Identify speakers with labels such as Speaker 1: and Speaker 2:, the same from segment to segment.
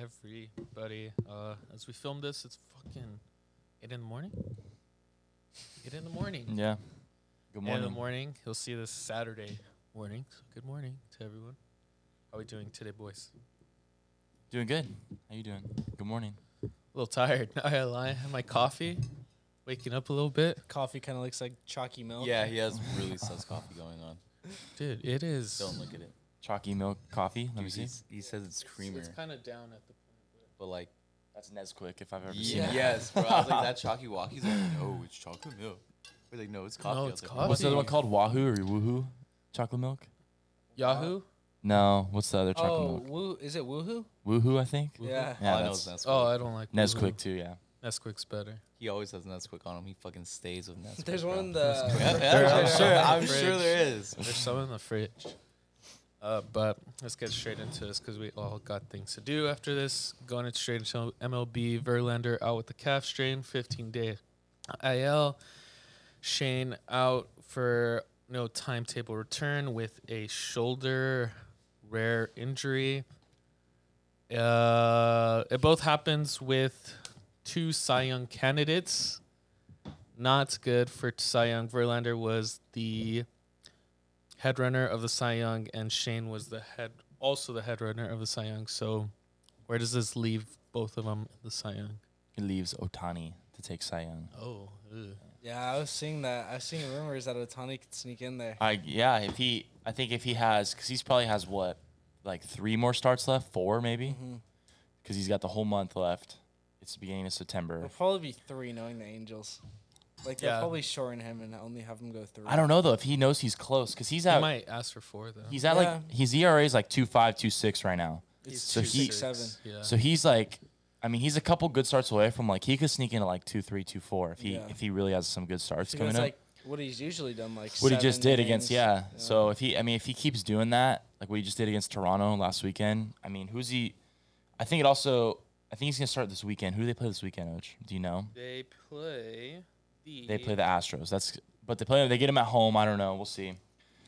Speaker 1: everybody. Uh, as we film this, it's fucking eight in the morning. Eight in the morning.
Speaker 2: Yeah.
Speaker 1: Eight in
Speaker 2: Good
Speaker 1: the
Speaker 2: morning.
Speaker 1: morning. You'll see this Saturday morning. So good morning to everyone. How are we doing today, boys?
Speaker 2: Doing good. How you doing? Good morning.
Speaker 1: A little tired. Not gonna lie. Had my coffee. Waking up a little bit,
Speaker 3: coffee kind of looks like chalky milk.
Speaker 4: Yeah, he has really sus coffee going on.
Speaker 1: dude. It is.
Speaker 4: Don't look at it.
Speaker 2: Chalky milk coffee. Let me
Speaker 4: Dude,
Speaker 2: see.
Speaker 4: he's- he says it's creamer,
Speaker 1: It's kind of down at the point.
Speaker 4: but like,
Speaker 2: That's Nesquik if I've ever seen
Speaker 4: yeah.
Speaker 2: it.
Speaker 4: yes, bro. I was like, that chalky walkie's like, no, it's chocolate milk. We're like, no, it's coffee.
Speaker 1: No,
Speaker 4: I
Speaker 1: it's
Speaker 4: was like,
Speaker 1: coffee.
Speaker 2: What's the other one called? Wahoo or Woohoo? Chocolate milk?
Speaker 1: Yahoo.
Speaker 2: No. What's the other chocolate
Speaker 3: Oh, woo! Is it woohoo?
Speaker 2: milk? Woohoo, I think.
Speaker 3: Yeah.
Speaker 4: All
Speaker 2: Yeah,
Speaker 4: I know
Speaker 2: that's
Speaker 4: is Nesquik.
Speaker 1: Oh, I don't like
Speaker 2: Nesquik too. Yeah.
Speaker 1: Woohoo. Nesquik's better.
Speaker 4: he always has Nesquik on him. He fucking stays with Nesquik.
Speaker 3: There's one uh,
Speaker 4: bro.
Speaker 3: in the.
Speaker 4: Yeah,
Speaker 3: fridge.
Speaker 4: yeah,
Speaker 1: There's some in
Speaker 4: I'm sure. I'm
Speaker 1: the
Speaker 4: sure there is.
Speaker 1: There's some in the fridge. Uh, but let's get straight into this because we all got things to do after this. Going it straight into MLB. Verlander out with the calf strain, 15 day IL. Shane out for no timetable return with a shoulder rare injury. Uh, it both happens with two Cy Young candidates. Not good for Cy Young. Verlander was the head runner of the Cy Young, and Shane was the head, also the head runner of the Cy Young. So, where does this leave both of them in the Cy Young?
Speaker 2: It leaves Otani to take Cy Young.
Speaker 1: Oh,
Speaker 3: Yeah, I was seeing that. I was seeing rumors that Otani could sneak in there.
Speaker 2: I yeah. If he, I think if he has, because he's probably has what, like three more starts left, four maybe,
Speaker 3: Mm-hmm.
Speaker 2: because he's got the whole month left. It's the beginning of September.
Speaker 3: It'll probably be three, knowing the Angels. Like they'll
Speaker 1: Yeah.
Speaker 3: probably shorten him and only have him go three.
Speaker 2: I don't know though if he knows he's close because he's
Speaker 1: I
Speaker 2: at
Speaker 1: might ask for four though.
Speaker 2: he's at like
Speaker 3: Yeah.
Speaker 2: his ERA is like two five two six right now.
Speaker 3: It's
Speaker 2: So
Speaker 3: two,
Speaker 2: he-
Speaker 3: six, seven.
Speaker 1: Yeah.
Speaker 2: So he's like, I mean, he's a couple good starts away from like he could sneak into like two three two four if he
Speaker 3: Yeah.
Speaker 2: if he really has some good starts
Speaker 3: He
Speaker 2: coming
Speaker 3: does,
Speaker 2: up.
Speaker 3: like what he's usually done, like
Speaker 2: what he just
Speaker 3: seven
Speaker 2: did against
Speaker 3: innings.
Speaker 2: yeah. So if he, I mean, if he keeps doing that like what he just did against Toronto last weekend, I mean, who's he? I think it also. I think he's gonna start this weekend. Who do they play this weekend, Oach? Do you know?
Speaker 1: they play the.
Speaker 2: They play the Astros. That's but they play. They get him at home. I don't know. We'll see.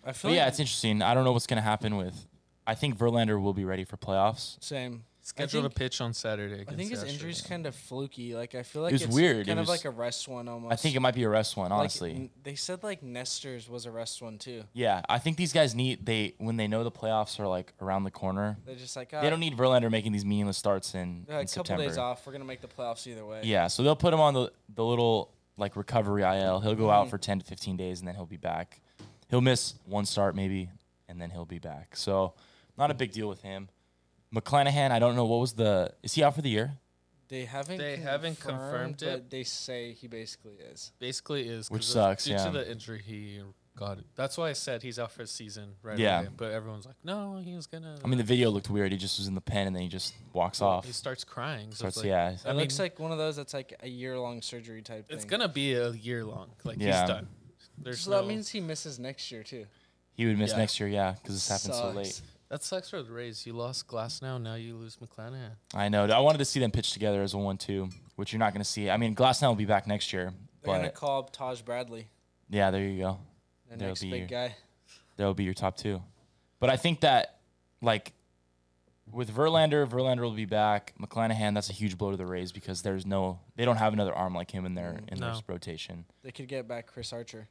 Speaker 3: I feel
Speaker 2: But yeah,
Speaker 3: like
Speaker 2: it's interesting. I don't know what's gonna happen with. I think Verlander will be ready for playoffs.
Speaker 3: same.
Speaker 1: scheduled
Speaker 3: I think,
Speaker 1: a pitch on Saturday.
Speaker 3: I
Speaker 1: Against
Speaker 3: think his
Speaker 1: the Astros.
Speaker 3: injury's kind of fluky. Like I feel like
Speaker 2: was
Speaker 3: it's
Speaker 2: weird. It
Speaker 3: Kind
Speaker 2: was-
Speaker 3: of like a rest one almost.
Speaker 2: I think it might be a rest one,
Speaker 3: Like,
Speaker 2: honestly.
Speaker 3: n- they said like Nestor's was a rest one too.
Speaker 2: yeah, I think these guys need they when they know the playoffs are like around the corner.
Speaker 3: They're just like
Speaker 2: They
Speaker 3: "Ah,
Speaker 2: don't need Verlander making these meaningless starts in,
Speaker 3: Yeah, a
Speaker 2: in
Speaker 3: couple
Speaker 2: September.
Speaker 3: days off. We're gonna make the playoffs either way.
Speaker 2: Yeah, so they'll put him on the the little like recovery IL. He'll go
Speaker 3: Mm.
Speaker 2: out for 10 to 15 days and then he'll be back. He'll miss one start maybe and then he'll be back. So, not a big deal with him. McClanahan, I don't know what was the is he out for the year?
Speaker 3: They haven't.
Speaker 1: They haven't confirmed it.
Speaker 3: But they say he basically is.
Speaker 1: basically is 'cause
Speaker 2: Which
Speaker 1: of-
Speaker 2: sucks,
Speaker 1: Due
Speaker 2: yeah.
Speaker 1: to the injury he got. That's why I said he's out for the season right
Speaker 2: Yeah.
Speaker 1: away. But everyone's like, no, he was gonna.
Speaker 2: I mean, the video looked weird. He just was in the pen and then he just walks off.
Speaker 1: He starts crying. So
Speaker 2: Starts
Speaker 1: it's like,
Speaker 2: yeah.
Speaker 1: I
Speaker 3: it looks
Speaker 1: mean-
Speaker 3: like one of those that's like a year long surgery type thing.
Speaker 1: It's gonna be a year long. Like
Speaker 2: Yeah.
Speaker 1: he's done. There's
Speaker 3: So
Speaker 1: no-
Speaker 3: that means he misses next year too.
Speaker 2: He would miss
Speaker 1: Yeah.
Speaker 2: next year, yeah, because this happened so
Speaker 3: Sucks.
Speaker 2: late.
Speaker 1: That sucks for the Rays. You lost Glass now. Now you lose McClanahan.
Speaker 2: I know. I wanted to see them pitch together as a one-two, which you're not going to see. I mean, Glassnow will be back next year,
Speaker 3: They're gonna
Speaker 2: but
Speaker 3: call up Taj Bradley,
Speaker 2: yeah, there you go.
Speaker 3: the
Speaker 2: That'll
Speaker 3: next
Speaker 2: be
Speaker 3: big guy.
Speaker 2: That will be your top two. But I think that, like, with Verlander, Verlander will be back. McClanahan, that's a huge blow to the Rays because there's no, they don't have another arm like him in their in
Speaker 1: No.
Speaker 2: their rotation.
Speaker 3: They could get back Chris Archer.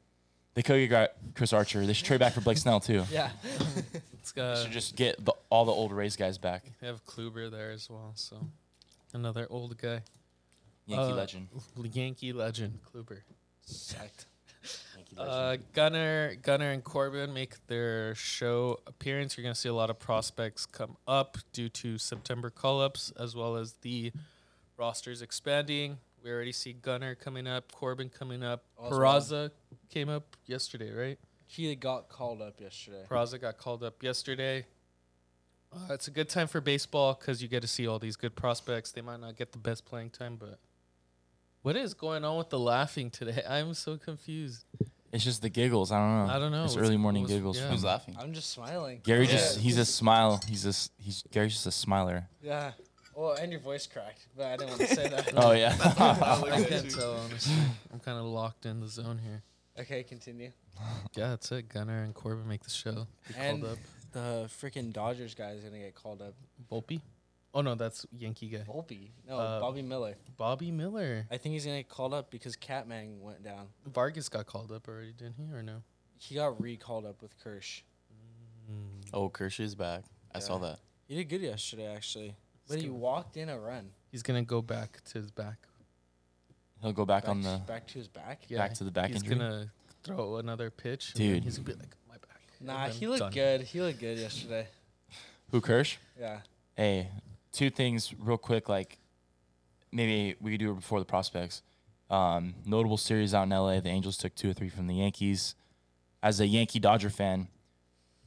Speaker 2: They could get Chris Archer. They should trade back for Blake Snell too.
Speaker 1: Uh,
Speaker 3: Yeah.
Speaker 1: It's got
Speaker 2: They should just get the, all the old Rays guys back.
Speaker 1: they have Kluber there as well. So another old guy,
Speaker 2: Yankee
Speaker 1: Uh,
Speaker 2: legend.
Speaker 1: Yankee legend Kluber.
Speaker 3: Sacked.
Speaker 2: Yankee legend.
Speaker 1: Uh, Gunner, Gunner, and Corbin make their show appearance. You're gonna see a lot of prospects come up due to September call-ups, as well as the rosters expanding. We already see Gunner coming up, Corbin coming up.
Speaker 3: Oswald.
Speaker 1: Peraza came up yesterday, right?
Speaker 3: He got called up yesterday.
Speaker 1: Peraza got called up yesterday. Uh, it's a good time for baseball because you get to see all these good prospects. They might not get the best playing time, but what is going on with the laughing today? I'm so confused.
Speaker 2: it's just the giggles. I don't know.
Speaker 1: I don't know.
Speaker 2: It's
Speaker 1: What's-
Speaker 2: early morning
Speaker 1: what's-
Speaker 2: giggles.
Speaker 1: yeah.
Speaker 2: from
Speaker 4: Who's laughing?
Speaker 3: I'm just smiling.
Speaker 2: Gary
Speaker 3: Yeah.
Speaker 2: just he's a smile. He's just he's Gary's just a smiler.
Speaker 3: Yeah. Well, and your voice cracked, but I didn't want to say that.
Speaker 2: Oh yeah.
Speaker 1: I can't tell. Honestly. I'm kind of locked in the zone here.
Speaker 2: Oh.
Speaker 3: Okay, continue.
Speaker 1: Yeah, that's it. Gunner and Corbin make the show. Be
Speaker 3: And
Speaker 1: called up.
Speaker 3: the freaking Dodgers guy is gonna get called up.
Speaker 1: Volpe. Oh no, that's Yankee guy.
Speaker 3: Volpe. No,
Speaker 1: Uh,
Speaker 2: Um,
Speaker 3: Bobby Miller.
Speaker 1: Bobby Miller.
Speaker 3: I think he's gonna get called up because Catman went down.
Speaker 1: Vargas got called up already, didn't he? Or no?
Speaker 3: He got re-called up with Kirsch.
Speaker 4: Oh, Kersh is back. I saw
Speaker 3: Yeah.
Speaker 4: that.
Speaker 3: He did good yesterday, actually. But he
Speaker 1: Skip.
Speaker 3: walked in a run.
Speaker 1: He's gonna go back to his back.
Speaker 2: He'll go back, on
Speaker 3: to-
Speaker 2: the
Speaker 3: back to his back.
Speaker 1: Yeah,
Speaker 2: back to the back
Speaker 1: he's
Speaker 2: injury.
Speaker 1: gonna throw another pitch. and then
Speaker 2: Dude.
Speaker 1: he's gonna be like, my back. and
Speaker 3: Nah,
Speaker 1: then
Speaker 3: he looked
Speaker 1: done.
Speaker 3: good. He looked good yesterday.
Speaker 2: Who Kirsch?
Speaker 3: Yeah.
Speaker 2: Hey, two things real quick. Like maybe we could do it before the prospects. Um, notable series out in LA. The Angels took two or three from the Yankees. As a Yankee Dodger fan,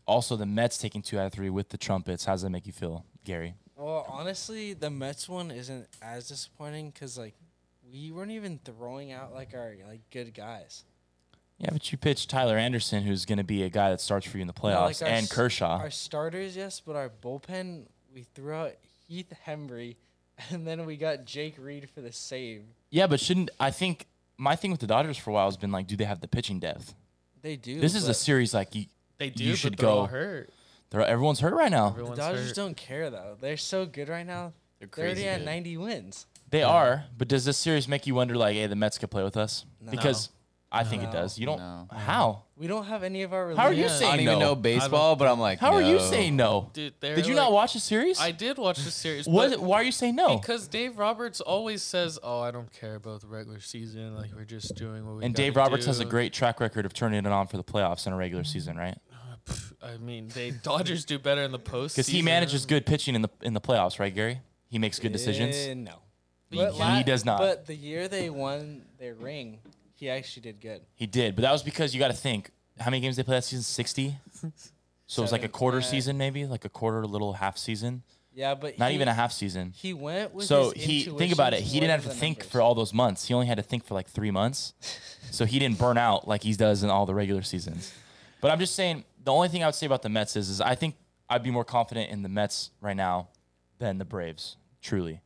Speaker 2: also the Mets taking two out of three with the Trumpets. How does that make you feel, Gary?
Speaker 3: Well, honestly, the Mets one isn't as disappointing because like we weren't even throwing out like our like good guys.
Speaker 2: Yeah, but you pitched Tyler Anderson, who's going to be a guy that starts for you in the
Speaker 3: No, like
Speaker 2: playoffs,
Speaker 3: our
Speaker 2: and
Speaker 3: s-
Speaker 2: Kershaw.
Speaker 3: Our starters, yes, but our bullpen, we threw out Heath Hembry, and then we got Jake Reed for the save.
Speaker 2: yeah, but shouldn't I think my thing with the Dodgers for a while has been like, do they have the pitching depth?
Speaker 3: They do.
Speaker 2: This is a
Speaker 3: but
Speaker 2: series like you,
Speaker 1: They do.
Speaker 2: You
Speaker 1: but
Speaker 2: should
Speaker 1: they're all
Speaker 2: go.
Speaker 1: hurt.
Speaker 2: they're, everyone's hurt right now.
Speaker 1: Everyone's
Speaker 3: the Dodgers
Speaker 1: hurt.
Speaker 3: don't care though. They're so good right now.
Speaker 4: They're
Speaker 3: They're
Speaker 4: crazy.
Speaker 3: already at
Speaker 4: good.
Speaker 3: 90 wins.
Speaker 2: They are, but does this series make you wonder, like, hey, the Mets could play with us?
Speaker 3: No.
Speaker 2: Because I think it
Speaker 3: No.
Speaker 2: does. You don't.
Speaker 4: No.
Speaker 2: How?
Speaker 3: We don't have any of our.
Speaker 2: How are you
Speaker 3: relievers.
Speaker 2: saying
Speaker 4: I don't even
Speaker 2: no?
Speaker 4: know baseball, but I'm like,
Speaker 2: How are you
Speaker 4: no.
Speaker 2: saying no?
Speaker 1: Dude, they're
Speaker 2: Did you
Speaker 1: like-
Speaker 2: not watch the series?
Speaker 1: I did watch the series.
Speaker 2: what?
Speaker 1: but-
Speaker 2: Why are you saying no?
Speaker 1: Because Dave Roberts always says, "Oh, I don't care about the regular season. Like we're just doing what we."
Speaker 2: And
Speaker 1: gotta
Speaker 2: Dave Roberts has a
Speaker 1: do."
Speaker 2: great track record of turning it on for the playoffs in a regular season, right?
Speaker 1: Pff, I mean, they Dodgers do better in the postseason.
Speaker 2: Because he manages good pitching in the in the playoffs, right, Gary? He makes good decisions.
Speaker 3: Eh, no.
Speaker 2: He- he does not.
Speaker 3: But the year they won their ring, he actually did good.
Speaker 2: He did, but that was because you got to think how many games they played that season. Sixty. So it was like a
Speaker 3: Seven.
Speaker 2: quarter
Speaker 3: Uh,
Speaker 2: season, maybe like a quarter, little half season,
Speaker 3: Yeah, but
Speaker 2: not
Speaker 3: he,
Speaker 2: even a half season.
Speaker 3: He went with.
Speaker 2: so
Speaker 3: his
Speaker 2: he think about it.
Speaker 3: intuitions
Speaker 2: He didn't
Speaker 3: more
Speaker 2: have to
Speaker 3: than the
Speaker 2: think
Speaker 3: numbers.
Speaker 2: for all those months. He only had to think for like three months. so he didn't burn out like he does in all the regular seasons. But I'm just saying the only thing I would say about the Mets is, is I think I'd be more confident in the Mets right now than the Braves. Truly,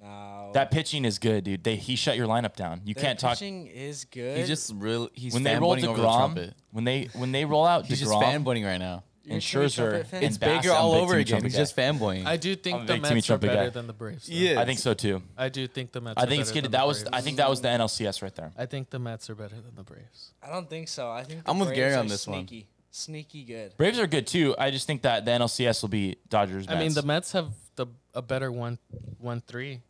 Speaker 3: No.
Speaker 2: that pitching is good, dude. They he shut your lineup down. You
Speaker 3: Their
Speaker 2: can't talk
Speaker 3: Pitching is good.
Speaker 4: He's just real. He's
Speaker 2: when they roll
Speaker 4: fanboying over the
Speaker 2: Degrom.
Speaker 4: trumpet.
Speaker 2: When they when they roll out
Speaker 4: He's just
Speaker 2: Degrom
Speaker 4: fanboying right now.
Speaker 3: You're a
Speaker 2: and
Speaker 3: Timmy
Speaker 2: Scherzer,
Speaker 3: Trumpet fan?
Speaker 2: and
Speaker 4: It's
Speaker 2: Bass,
Speaker 4: bigger
Speaker 2: I'm
Speaker 4: all
Speaker 2: big
Speaker 4: over
Speaker 2: Timmy
Speaker 4: again.
Speaker 2: Trumpet
Speaker 4: He's
Speaker 2: guy.
Speaker 4: just fanboying.
Speaker 1: I do
Speaker 2: I'm
Speaker 1: think
Speaker 2: a
Speaker 1: the
Speaker 2: big Timmy
Speaker 1: Mets are
Speaker 2: Trumpet guy.
Speaker 1: better than the Braves. though.
Speaker 4: Yeah.
Speaker 2: I think so too.
Speaker 1: I do think the Mets.
Speaker 2: I
Speaker 1: are
Speaker 2: think it's
Speaker 1: better
Speaker 2: good.
Speaker 1: than
Speaker 2: That
Speaker 1: the
Speaker 2: was I
Speaker 1: Braves.
Speaker 2: think that was the NLCS right there.
Speaker 1: I think the Mets are better than the Braves.
Speaker 3: I don't think so. I think the
Speaker 4: I'm with
Speaker 3: Braves
Speaker 4: Gary
Speaker 3: are
Speaker 4: on this one.
Speaker 3: sneaky, Sneaky good.
Speaker 2: Braves are good too. I just think that the NLCS will be Dodgers.
Speaker 1: I mean,
Speaker 2: Mets.
Speaker 1: the Mets have the a better one, one three.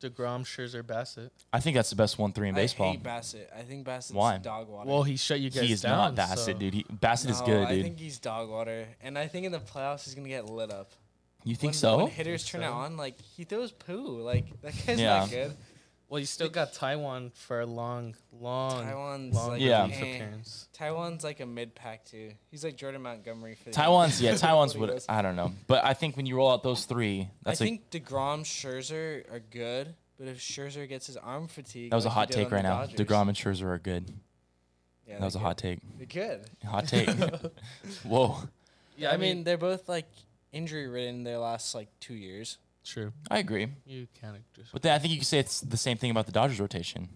Speaker 1: Degrom, Scherzer, Bassett.
Speaker 2: I think that's the best one three in
Speaker 3: I
Speaker 2: baseball.
Speaker 3: hate Bassett. I think Bassett's
Speaker 2: Why?
Speaker 3: dog water.
Speaker 1: Well, he shut you guys
Speaker 2: He is
Speaker 1: down.
Speaker 2: not Bassett,
Speaker 1: so-
Speaker 2: dude. He, Bassett is
Speaker 3: No,
Speaker 2: good,
Speaker 3: I
Speaker 2: dude.
Speaker 3: think he's dog water, and I think in the playoffs he's gonna get lit up.
Speaker 2: you think
Speaker 3: when,
Speaker 2: so?
Speaker 3: When hitters turn it on, like he throws poo. Like that guy's
Speaker 2: Yeah.
Speaker 3: not good.
Speaker 1: Well, you still got Taiwan for a long, long,
Speaker 3: Taiwan's
Speaker 1: long
Speaker 3: like,
Speaker 2: Yeah.
Speaker 1: relief
Speaker 3: eh.
Speaker 1: appearance.
Speaker 3: Taiwan's like a mid pack too. He's like Jordan Montgomery for the
Speaker 2: Taiwan's yeah, Taiwan's
Speaker 3: What
Speaker 2: would
Speaker 3: he does.
Speaker 2: I don't know, but I think when you roll out those three, that's
Speaker 3: I
Speaker 2: a
Speaker 3: think Degrom, Scherzer are good, but if Scherzer gets his arm fatigue,
Speaker 2: that was a
Speaker 3: like he
Speaker 2: hot
Speaker 3: did
Speaker 2: take
Speaker 3: on the
Speaker 2: right now.
Speaker 3: Dodgers-
Speaker 2: Degrom and Scherzer are good.
Speaker 3: Yeah,
Speaker 2: That was a hot take.
Speaker 3: They're good.
Speaker 2: Hot take. Whoa,
Speaker 1: Yeah,
Speaker 3: I mean, they're both like injury ridden their last like two years.
Speaker 1: true.
Speaker 2: I agree.
Speaker 1: You can't just.
Speaker 2: But then I think you can say it's the same thing about the Dodgers rotation.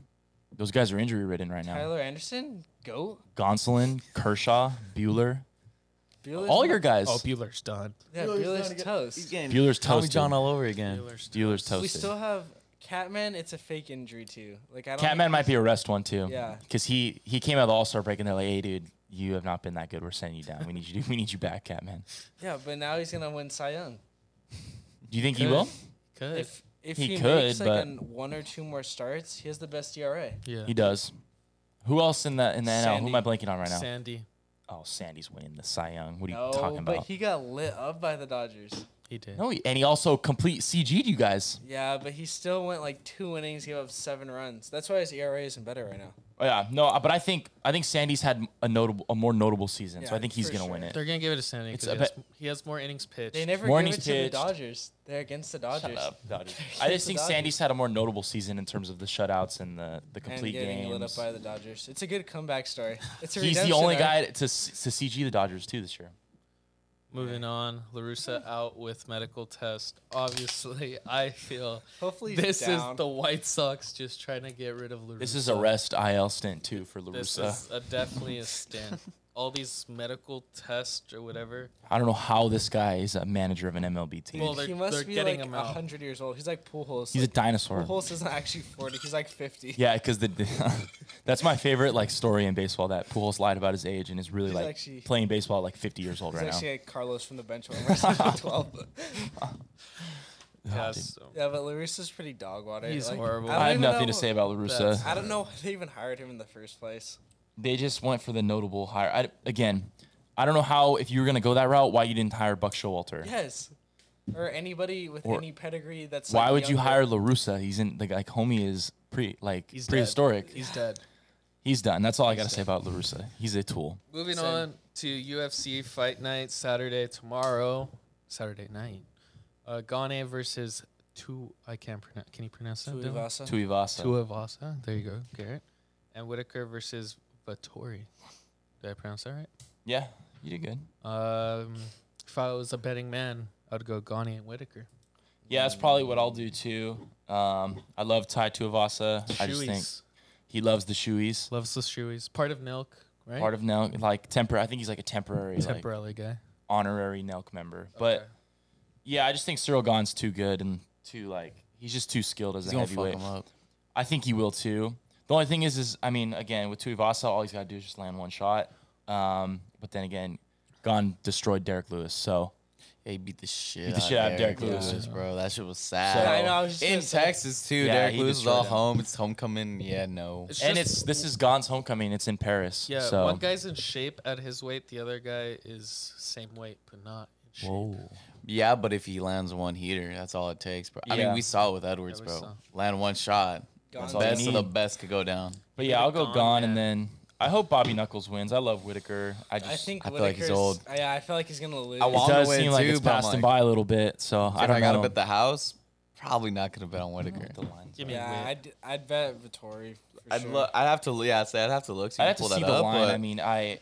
Speaker 2: Those guys are injury ridden right now.
Speaker 3: Tyler Anderson, goat.
Speaker 2: Gonsolin, Kershaw, Bueller,
Speaker 3: Bueller's
Speaker 2: all
Speaker 3: not-
Speaker 2: your guys.
Speaker 1: Oh, Bueller's done.
Speaker 3: yeah, Bueller's toast.
Speaker 2: Bueller's
Speaker 4: Tommy
Speaker 2: toasted.
Speaker 4: John all over again.
Speaker 1: Bueller's
Speaker 2: Bueller's
Speaker 3: We
Speaker 2: toasted.
Speaker 3: still have Catman. It's a fake injury too. Like I don't.
Speaker 2: Catman might be a rest one too.
Speaker 3: Yeah.
Speaker 2: Because he he came out of the All Star break and they're like, hey dude, you have not been that good. We're sending you down. We need you. To, we need you back, Catman.
Speaker 3: Yeah, but now he's gonna win Cy Young.
Speaker 2: Do you think he will?
Speaker 1: Could.
Speaker 3: If if
Speaker 2: Uh, He
Speaker 3: he,
Speaker 2: could,
Speaker 3: makes like
Speaker 2: but-
Speaker 3: an one or two more starts, he has the best E ERA.
Speaker 1: yeah.
Speaker 2: He does. Who else in the in the NL? Who am I blanking on right now?
Speaker 1: Sandy,
Speaker 2: oh, Sandy's winning the Cy Young. What are you
Speaker 3: No,
Speaker 2: talking about?
Speaker 3: but he got lit up by the Dodgers.
Speaker 1: he did.
Speaker 2: no, he- and he also complete CG'd you guys.
Speaker 3: Yeah, but he still went like two innings, gave up seven runs. That's why his ERA isn't better right now.
Speaker 2: Oh, yeah, no, but I think I think Sandy's had a notable, a more notable season, so
Speaker 3: Yeah,
Speaker 2: I think he's
Speaker 3: for
Speaker 2: gonna
Speaker 3: sure.
Speaker 2: win it.
Speaker 1: They're gonna give it to Sandy
Speaker 2: It's
Speaker 1: because he,
Speaker 2: a
Speaker 1: has- he has more innings pitched.
Speaker 3: They never
Speaker 2: More
Speaker 3: give it
Speaker 2: innings
Speaker 3: to the
Speaker 2: pitched.
Speaker 3: Dodgers. They're against the Dodgers.
Speaker 2: Shut up, Dodgers. I just
Speaker 3: The
Speaker 2: think
Speaker 3: Dodgers.
Speaker 2: Sandy's had a more notable season in terms of the shutouts and the the
Speaker 3: And
Speaker 2: complete
Speaker 3: getting lit up
Speaker 2: games.
Speaker 3: by the Dodgers. It's a good comeback story. It's a
Speaker 2: He's the
Speaker 3: redemption
Speaker 2: only
Speaker 3: arc.
Speaker 2: guy to to CG the Dodgers too this year.
Speaker 1: Moving on, Larusa out with medical test. Obviously, I feel
Speaker 3: Hopefully he's
Speaker 1: this
Speaker 3: down.
Speaker 1: is the White Sox just trying to get rid of Larusa.
Speaker 2: This is a rest IL stint too for
Speaker 1: This
Speaker 2: Larusa.
Speaker 1: is a, definitely a stint. all these medical tests or whatever.
Speaker 2: I don't know how this guy is a manager of an MLB team.
Speaker 1: Well, they're-
Speaker 3: he must
Speaker 1: they're
Speaker 3: be
Speaker 1: getting
Speaker 3: like
Speaker 1: him out.
Speaker 3: hundred years old. He's like Pujols.
Speaker 2: He's a
Speaker 3: like,
Speaker 2: dinosaur.
Speaker 3: Pujols isn't actually forty. He's like fifty.
Speaker 2: Yeah, because the that's my favorite like story in baseball that Pujols lied about his age and is really
Speaker 3: He's
Speaker 2: like
Speaker 3: actually-
Speaker 2: playing baseball at like 50 years old
Speaker 3: He's
Speaker 2: right
Speaker 3: actually like Carlos from the bench when we're twelve.
Speaker 1: Yeah,
Speaker 2: dude.
Speaker 1: so-
Speaker 3: Yeah, but Larissa's pretty dog water.
Speaker 1: He's
Speaker 3: like,
Speaker 1: horrible. I
Speaker 2: now. I,
Speaker 3: don't
Speaker 2: have
Speaker 3: even
Speaker 2: nothing
Speaker 3: know-
Speaker 2: to say about
Speaker 1: That's-
Speaker 2: Larusa.
Speaker 3: I don't know why they even hired him in the first place.
Speaker 2: They just went for the notable hire. I, again, I don't know how if you were gonna go that route, why you didn't hire Buck Showalter?
Speaker 3: Yes, or anybody with
Speaker 2: Or-
Speaker 3: any pedigree. That's
Speaker 2: why
Speaker 3: like,
Speaker 2: would you
Speaker 3: younger.
Speaker 2: hire Larusa? He's in like like homie is pre like
Speaker 1: He's dead.
Speaker 2: prehistoric.
Speaker 1: He's dead.
Speaker 2: He's done. That's all I gotta say about Larusa. He's a tool.
Speaker 1: Moving
Speaker 3: Same.
Speaker 1: on to UFC fight night Saturday tomorrow, Saturday night. Uh, Gane versus two. I can't pronounce. Can you pronounce that? Dylan?
Speaker 3: Tuivasa?
Speaker 2: Tui Vasa.
Speaker 1: Tua Vasa. There you go, Garrett. And Whitaker versus Vittori. Did I pronounce that right?
Speaker 2: Yeah, you did good.
Speaker 1: Um, if I was a betting man, I'd go Gane and Whitaker.
Speaker 2: Yeah, that's probably what I'll do too. Um, I love Tai Tuivasa. I just think
Speaker 1: Shoeys.
Speaker 2: he loves the shoeies.
Speaker 1: loves the shoeys. Part of Nelk, right?
Speaker 2: Part of Nelk, like tempor. I think he's like a temporary, like,
Speaker 1: temporary guy.
Speaker 2: honorary Nelk member. But
Speaker 1: Okay.
Speaker 2: yeah, I just think Cyril Gon's too good and too like he's just too skilled as
Speaker 4: He's
Speaker 2: a
Speaker 4: gonna fuck
Speaker 2: heavyweight.
Speaker 4: him up.
Speaker 2: I think he will too. The only thing is, is I mean, again with Tuivasa, all he's got to do is just land one shot. Um, but then again, Gon destroyed Derek Lewis, so
Speaker 4: Yeah, he beat the shit.
Speaker 2: Beat the
Speaker 4: out
Speaker 2: shit out of Derek
Speaker 4: Lewis,
Speaker 2: Lewis.
Speaker 4: bro. That shit was sad.
Speaker 2: So- Yeah, I
Speaker 3: know, I was just
Speaker 4: in
Speaker 3: gonna say-
Speaker 4: Texas too.
Speaker 2: Yeah,
Speaker 4: Derek
Speaker 2: he
Speaker 4: Lewis was all
Speaker 2: destroyed him.
Speaker 4: home. It's homecoming. Yeah, no.
Speaker 1: It's
Speaker 2: and
Speaker 1: just-
Speaker 2: it's this is Gon's homecoming. It's in Paris.
Speaker 1: Yeah,
Speaker 2: so.
Speaker 1: one guy's in shape at his weight, the other guy is same weight but not in shape.
Speaker 2: Whoa.
Speaker 4: Yeah, but if he lands one heater, that's all it takes, bro. I
Speaker 2: Yeah.
Speaker 4: mean, we saw it with Edwards,
Speaker 1: Yeah, we
Speaker 4: bro.
Speaker 1: saw.
Speaker 4: Land one shot.
Speaker 3: Gone.
Speaker 4: the
Speaker 2: all you
Speaker 4: best of the
Speaker 2: need.
Speaker 4: best could go down.
Speaker 2: But yeah,
Speaker 1: Maybe
Speaker 2: I'll go
Speaker 1: Gon,
Speaker 2: Gon, and
Speaker 1: yeah.
Speaker 2: then I hope Bobby Knuckles wins. I love Whitaker. I just
Speaker 3: I think
Speaker 4: I feel like he's
Speaker 3: Whitaker's.
Speaker 4: old.
Speaker 3: I, I feel like he's gonna lose.
Speaker 4: I
Speaker 2: it
Speaker 4: want-
Speaker 2: does
Speaker 4: Win
Speaker 2: seem like
Speaker 4: too,
Speaker 2: it's
Speaker 4: but I'm
Speaker 2: passed him
Speaker 4: like-
Speaker 2: by a little bit. So I
Speaker 4: If
Speaker 2: don't
Speaker 4: I gotta
Speaker 2: know.
Speaker 4: bet the house. Probably not gonna bet on Whitaker.
Speaker 2: the lines.
Speaker 1: Give me
Speaker 3: Yeah,
Speaker 1: weight.
Speaker 3: I'd I'd bet Vittori. For
Speaker 4: I'd
Speaker 3: sure.
Speaker 4: look. I'd have to. Yeah, I'd say I'd have to look. So
Speaker 2: I
Speaker 4: you
Speaker 2: have
Speaker 4: can
Speaker 2: to
Speaker 4: pull
Speaker 2: see
Speaker 4: that
Speaker 2: the
Speaker 4: up,
Speaker 2: line.
Speaker 4: but
Speaker 2: I mean, I,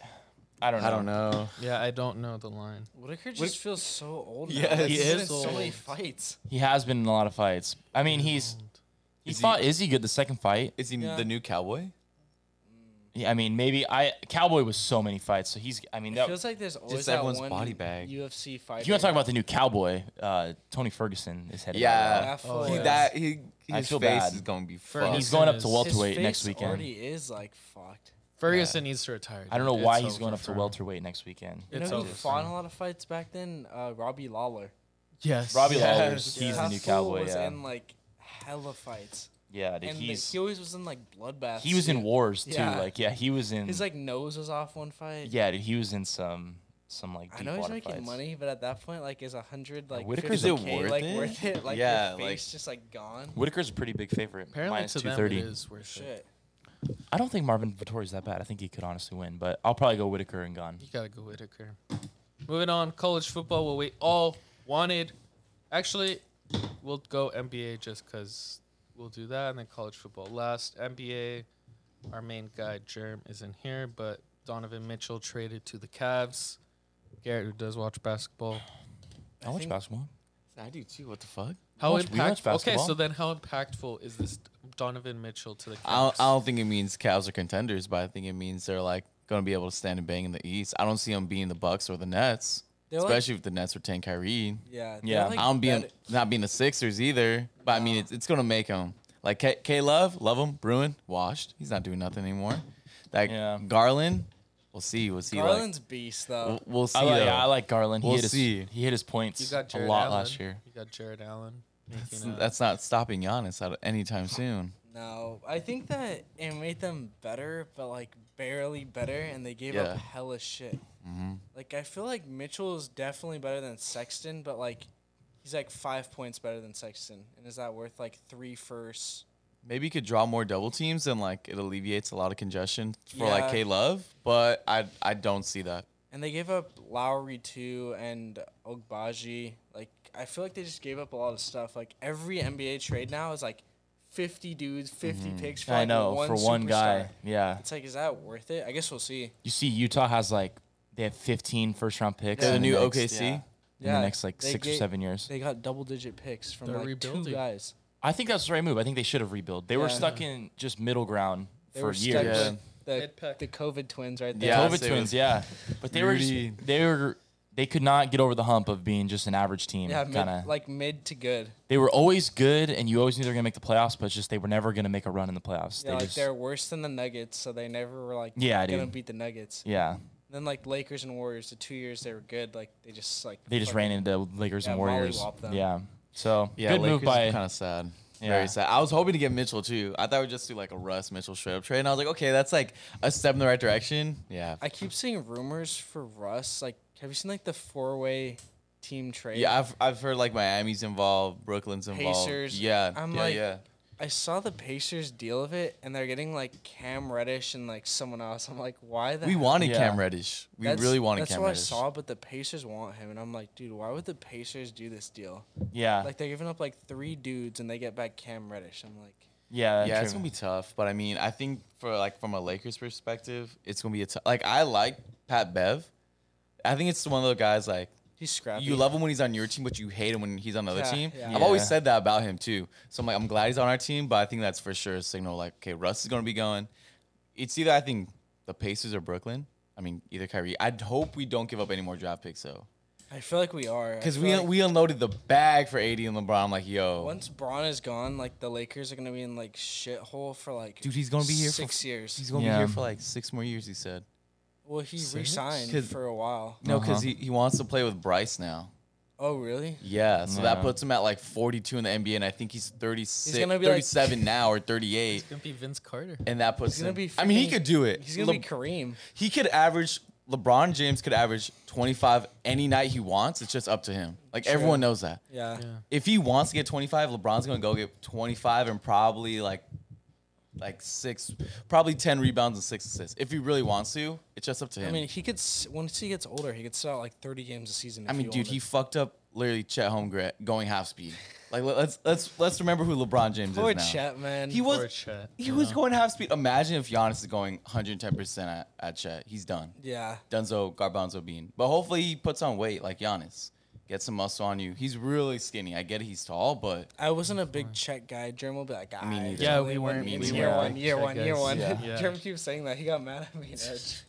Speaker 2: I don't know.
Speaker 4: I don't know.
Speaker 1: Yeah, I don't know the line.
Speaker 3: Whitaker just feels so old. Now.
Speaker 4: Yes.
Speaker 3: Like,
Speaker 4: He
Speaker 3: he's been
Speaker 1: is
Speaker 3: in so many
Speaker 1: old.
Speaker 3: fights.
Speaker 2: He has been in a lot of fights. I mean, he's
Speaker 1: Um,
Speaker 2: he
Speaker 4: Is he-
Speaker 2: fought Izzy good the second fight.
Speaker 4: Is he
Speaker 3: Yeah.
Speaker 4: the new cowboy?
Speaker 2: Yeah, I mean, maybe I Cowboy was so many fights. So he's. I mean,
Speaker 3: It
Speaker 2: that,
Speaker 3: feels like there's always that
Speaker 4: everyone's
Speaker 3: one
Speaker 4: body bag.
Speaker 3: UFC fighter.
Speaker 2: if you want to talk about the uh, new Cowboy, uh, Tony Ferguson is headed.
Speaker 4: Yeah,
Speaker 3: Oh,
Speaker 4: he,
Speaker 3: yeah.
Speaker 4: that he
Speaker 2: I
Speaker 4: his
Speaker 2: feel
Speaker 4: face
Speaker 2: bad.
Speaker 4: is gonna be
Speaker 1: For
Speaker 4: fucked.
Speaker 2: he's
Speaker 1: Ferguson
Speaker 2: going up
Speaker 1: is-
Speaker 2: to
Speaker 1: His
Speaker 2: welterweight
Speaker 3: His
Speaker 2: next
Speaker 3: face
Speaker 2: weekend.
Speaker 3: already is like fucked.
Speaker 1: Ferguson needs to retire.
Speaker 2: I don't know
Speaker 1: dude.
Speaker 2: why
Speaker 1: It's
Speaker 2: he's
Speaker 1: over
Speaker 2: going up
Speaker 1: for
Speaker 2: to
Speaker 1: him.
Speaker 2: welterweight next weekend.
Speaker 3: You
Speaker 1: It's
Speaker 3: know who
Speaker 1: over for
Speaker 3: fought in
Speaker 1: him.
Speaker 3: a lot of fights back then? Uh, Robbie Lawler.
Speaker 1: Yes.
Speaker 2: Robbie
Speaker 4: Yes.
Speaker 2: Lawler's he's the
Speaker 3: That
Speaker 2: new
Speaker 3: fool
Speaker 2: Cowboy.
Speaker 3: Was
Speaker 2: Yeah,
Speaker 3: in like hella fights,
Speaker 2: yeah, dude,
Speaker 3: and the-
Speaker 2: he's
Speaker 3: he always was in like bloodbaths.
Speaker 2: He was in wars too.
Speaker 3: Yeah.
Speaker 2: Like, yeah, he was in.
Speaker 3: His like nose was off one fight.
Speaker 2: yeah, dude, he was in some some like. Deep
Speaker 3: I know he's
Speaker 2: water
Speaker 3: making
Speaker 2: fights.
Speaker 3: money, but at that point, like, is a hundred like
Speaker 2: Whitaker's-
Speaker 4: Is it
Speaker 3: 50K,
Speaker 4: worth
Speaker 3: like
Speaker 4: it?
Speaker 3: worth it? Like,
Speaker 4: Yeah,
Speaker 3: your face
Speaker 4: like-
Speaker 3: just like gone.
Speaker 2: Whitaker's a pretty big favorite.
Speaker 1: Apparently
Speaker 2: minus
Speaker 1: to
Speaker 2: two
Speaker 1: them it
Speaker 2: thirty.
Speaker 1: is worth it.
Speaker 3: Shit.
Speaker 2: I don't think Marvin Vittori's that bad. I think he could honestly win, but I'll probably go Whitaker and Gunn.
Speaker 1: You gotta go Whitaker. Moving on, college football, what we all wanted. Actually, we'll go NBA just because we'll do that, and then college football last. NBA, our main guy Germ isn't here, but Donovan Mitchell traded to the Cavs. Garrett, who does watch basketball,
Speaker 2: I watch
Speaker 3: think-
Speaker 2: basketball.
Speaker 4: I do too. What the fuck?
Speaker 1: how
Speaker 2: watch- we
Speaker 1: impactful?
Speaker 2: watch
Speaker 1: Okay,
Speaker 2: basketball.
Speaker 1: so then how impactful is this Donovan Mitchell to the Cavs?
Speaker 4: I don't, I don't think it means Cavs are contenders, but I think it means they're like gonna be able to stand and bang in the East. I don't see them beating the Bucks or the Nets,
Speaker 3: They're like-
Speaker 4: especially if the Nets retain Kyrie.
Speaker 3: Yeah.
Speaker 2: Yeah.
Speaker 3: they're, like,
Speaker 4: I don't being
Speaker 3: better-
Speaker 4: not being the Sixers either, but I mean it's, it's gonna make them like K, K Love, love him, Bruin, washed. He's not doing nothing anymore. Like
Speaker 2: Yeah.
Speaker 4: Garland, we'll see. We'll see.
Speaker 3: Garland's uh, beast though.
Speaker 4: like, we'll, we'll see.
Speaker 2: I like,
Speaker 4: though.
Speaker 2: yeah, I like Garland.
Speaker 4: We'll
Speaker 2: he hit
Speaker 4: see.
Speaker 2: His, he hit his points
Speaker 1: you got
Speaker 2: a
Speaker 1: Jared
Speaker 2: lot
Speaker 1: Allen.
Speaker 2: last year.
Speaker 1: You got Jared Allen.
Speaker 4: That's-
Speaker 1: making a-
Speaker 4: that's not stopping Giannis at anytime soon.
Speaker 3: No, I think that it made them better, but like barely better, and they gave
Speaker 4: Yeah.
Speaker 3: up hella shit.
Speaker 2: Mm-hmm.
Speaker 3: Like I feel like Mitchell is definitely better than Sexton, but like he's like five points better than Sexton, and is that worth like three firsts?
Speaker 4: Maybe you could draw more double teams and like it alleviates a lot of congestion for like
Speaker 3: Yeah.
Speaker 4: K Love, but I I don't see that.
Speaker 3: And they gave up Lowry too and Ogbaji. Like I feel like they just gave up a lot of stuff. Like every NBA trade now is like fifty dudes, 50 picks for
Speaker 2: Mm-hmm. I
Speaker 3: like,
Speaker 2: know
Speaker 3: one
Speaker 2: for one guy.
Speaker 3: superstar.
Speaker 2: Yeah,
Speaker 3: It's like, is that worth it? I guess we'll see.
Speaker 2: you see, Utah has like they have 15 first round picks.
Speaker 4: They're the
Speaker 2: in
Speaker 4: new
Speaker 2: next-
Speaker 4: OKC.
Speaker 2: yeah, In the next like
Speaker 3: they
Speaker 2: six or
Speaker 3: ga-
Speaker 2: seven years.
Speaker 3: They got double digit picks from
Speaker 1: They're
Speaker 3: like two
Speaker 1: rebuilding.
Speaker 3: guys.
Speaker 2: I think that's the right move. I think they should have rebuilt. They were
Speaker 3: Yeah.
Speaker 2: stuck in just middle ground
Speaker 3: They
Speaker 2: for
Speaker 3: were stuck
Speaker 2: years.
Speaker 4: with-
Speaker 3: the
Speaker 1: Ed Peck.
Speaker 3: the COVID twins right there.
Speaker 4: Yeah,
Speaker 2: COVID
Speaker 4: so it
Speaker 2: twins,
Speaker 4: was
Speaker 2: yeah. But they were
Speaker 4: Rudy.
Speaker 2: just, they were they could not get over the hump of being just an average team.
Speaker 3: Yeah,
Speaker 2: kind
Speaker 3: mid,
Speaker 2: of.
Speaker 3: like mid to good.
Speaker 2: they were always good, and you always knew they were gonna make the playoffs, but it's just they were never gonna make a run in the playoffs.
Speaker 3: Yeah,
Speaker 2: they
Speaker 3: like
Speaker 2: just,
Speaker 3: they're worse than the Nuggets, so they never were like
Speaker 2: Yeah,
Speaker 3: gonna
Speaker 2: dude.
Speaker 3: beat the Nuggets.
Speaker 2: yeah,
Speaker 3: Then like Lakers and Warriors, the two years they were good, like they just like
Speaker 2: they just ran into Lakers and
Speaker 3: Yeah,
Speaker 2: Warriors.
Speaker 3: mollywop them.
Speaker 2: Yeah, so
Speaker 4: Yeah,
Speaker 2: good
Speaker 4: Lakers
Speaker 2: move by.
Speaker 4: kind of sad.
Speaker 2: Yeah.
Speaker 4: Very sad. I was hoping to get Mitchell too. I thought we'd just do like a Russ Mitchell straight up trade, and I was like, okay, that's like a step in the right direction. Yeah,
Speaker 3: I keep seeing rumors for Russ. Like, have you seen like the four way team trade?
Speaker 4: yeah. I've, I've heard like Miami's involved, Brooklyn's involved.
Speaker 3: Pacers.
Speaker 4: Yeah,
Speaker 3: I'm
Speaker 4: yeah,
Speaker 3: like-
Speaker 4: yeah.
Speaker 3: I saw the Pacers deal of it, and they're getting like Cam Reddish and like someone else. I'm like, why the?
Speaker 4: We
Speaker 3: heck?
Speaker 4: wanted
Speaker 2: Yeah.
Speaker 4: Cam Reddish. We
Speaker 3: That's-
Speaker 4: really wanted
Speaker 3: That's
Speaker 4: Cam
Speaker 3: what
Speaker 4: Reddish.
Speaker 3: I saw, but the Pacers want him, and I'm like, dude, why would the Pacers do this deal?
Speaker 2: Yeah,
Speaker 3: Like they're giving up like three dudes, and they get back Cam Reddish. I'm like,
Speaker 2: yeah,
Speaker 4: yeah,
Speaker 2: true.
Speaker 4: it's gonna be tough, but I mean, I think for like from a Lakers perspective, it's gonna be a tough. Like I like Pat Bev. I think it's one of those guys like
Speaker 3: he's scrappy.
Speaker 4: you love him when he's on your team, but you hate him when he's on another
Speaker 3: Yeah,
Speaker 4: team.
Speaker 3: yeah.
Speaker 4: I've always
Speaker 2: Yeah.
Speaker 4: said that about him too. So I'm like, I'm glad he's on our team, but I think that's for sure a signal like, okay, Russ is gonna be going. It's either I think the Pacers or Brooklyn. I mean, either Kyrie. I'd hope we don't give up any more draft picks though,
Speaker 3: I feel like we are I
Speaker 4: because
Speaker 3: feel
Speaker 4: we
Speaker 3: like
Speaker 4: we unloaded the bag for AD and LeBron. I'm like, yo,
Speaker 3: once Braun is gone, like the Lakers are gonna be in like shithole for like
Speaker 4: dude, he's gonna be here
Speaker 3: six
Speaker 4: for
Speaker 3: years.
Speaker 4: He's gonna
Speaker 2: Yeah.
Speaker 4: be here for like six more years. He said.
Speaker 3: well, he
Speaker 1: Six?
Speaker 3: re-signed
Speaker 4: 'Cause-
Speaker 3: for a while.
Speaker 4: No,
Speaker 2: Uh-huh.
Speaker 4: because he, he wants to play with Bryce now.
Speaker 3: Oh really?
Speaker 4: Yeah, so
Speaker 2: Yeah.
Speaker 4: that puts him at like 42 in the NBA, and I think he's 36,
Speaker 3: gonna be like-
Speaker 4: 37 now or 38,
Speaker 1: It's gonna be Vince Carter.
Speaker 4: and that puts
Speaker 3: He's gonna
Speaker 4: him.
Speaker 3: be
Speaker 4: I mean, he
Speaker 3: freaking-
Speaker 4: could do it.
Speaker 3: He's gonna
Speaker 4: Le-
Speaker 3: be Kareem.
Speaker 4: he could average. LeBron James could average 25 any night he wants. It's just up to him. Like everyone knows that.
Speaker 3: Yeah.
Speaker 1: Yeah.
Speaker 4: If he wants to get 25, LeBron's gonna go get 25 and probably like like six, probably 10 rebounds and six assists. If he really wants to, it's just up to him.
Speaker 3: I mean, he could s- once he gets older, he could sell out like 30 games a season.
Speaker 4: I
Speaker 3: if
Speaker 4: mean, dude,
Speaker 3: wanted.
Speaker 4: he fucked up literally Chet Holmgren going half speed. Like let- let's let's let's remember who LeBron James
Speaker 3: poor
Speaker 4: is now.
Speaker 3: Chet, man.
Speaker 4: He
Speaker 1: Poor
Speaker 4: was
Speaker 1: Chet,
Speaker 4: he
Speaker 1: you
Speaker 4: was
Speaker 1: know.
Speaker 4: going half speed. Imagine if Giannis is going 110 percent at, at Chet. He's done.
Speaker 3: Yeah,
Speaker 4: Dunzo Garbanzo Bean. But hopefully he puts on weight like Giannis. Get some muscle on you. He's really skinny. I get he's tall, but
Speaker 3: I wasn't a big Chet guy. Jerm will be like, ah,
Speaker 4: Me neither.
Speaker 1: Yeah,
Speaker 3: only
Speaker 1: we
Speaker 3: one-
Speaker 1: weren't-
Speaker 4: we
Speaker 3: it's
Speaker 4: weren't
Speaker 3: year
Speaker 4: big
Speaker 3: one, year
Speaker 1: Chet
Speaker 3: one, year
Speaker 1: guys.
Speaker 3: one.
Speaker 4: Yeah.
Speaker 1: Yeah.
Speaker 3: Jerm keeps saying that. He got mad at me. and Edge.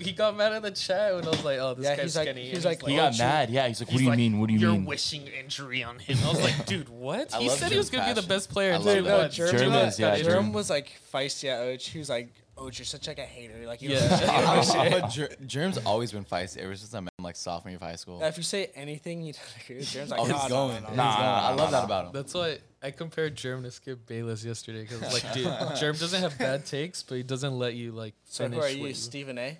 Speaker 1: He got mad at the chat when I was like, "Oh, this
Speaker 3: Yeah,
Speaker 1: guy's
Speaker 3: he's like-
Speaker 1: skinny."
Speaker 3: he's
Speaker 1: and
Speaker 3: like,
Speaker 2: he
Speaker 3: Oh,
Speaker 2: got
Speaker 3: true.
Speaker 2: mad. Yeah, he's like, "What
Speaker 1: he's
Speaker 2: do you
Speaker 1: like,
Speaker 2: mean? What do you
Speaker 1: You're
Speaker 2: mean?"
Speaker 1: wishing injury on him. I was like, "Dude, what?"
Speaker 4: I
Speaker 1: he
Speaker 4: love
Speaker 1: said he was
Speaker 4: Jim's
Speaker 1: gonna be the
Speaker 4: passion.
Speaker 1: best player.
Speaker 4: I
Speaker 1: in
Speaker 4: love
Speaker 1: Dude,
Speaker 4: that.
Speaker 1: what?
Speaker 4: Jerm
Speaker 2: Jerm is, yeah,
Speaker 3: Jerm
Speaker 2: Jerm.
Speaker 3: was like feisty at Oach. He was like, Oach, you're such like a hater. Like, he was
Speaker 1: Yeah.
Speaker 3: such a hater.
Speaker 4: but Jer- Germ's always been feisty ever since I met him like sophomore year of high school.
Speaker 3: Now, if you say anything, you don't agree with Jerm's like,
Speaker 4: oh, he's
Speaker 3: "Nah, nah,
Speaker 4: going.
Speaker 3: nah,
Speaker 4: He's
Speaker 3: nah."
Speaker 2: Nah,
Speaker 4: going.
Speaker 2: nah,
Speaker 4: I
Speaker 2: nah,
Speaker 4: love
Speaker 2: nah.
Speaker 4: that about him.
Speaker 1: That's why I compared Germ to Skip Bayless yesterday because, like, dude, Germ doesn't have bad takes, but he doesn't let you like
Speaker 3: So
Speaker 1: finish.
Speaker 3: who are
Speaker 1: what
Speaker 3: you, Stephen A?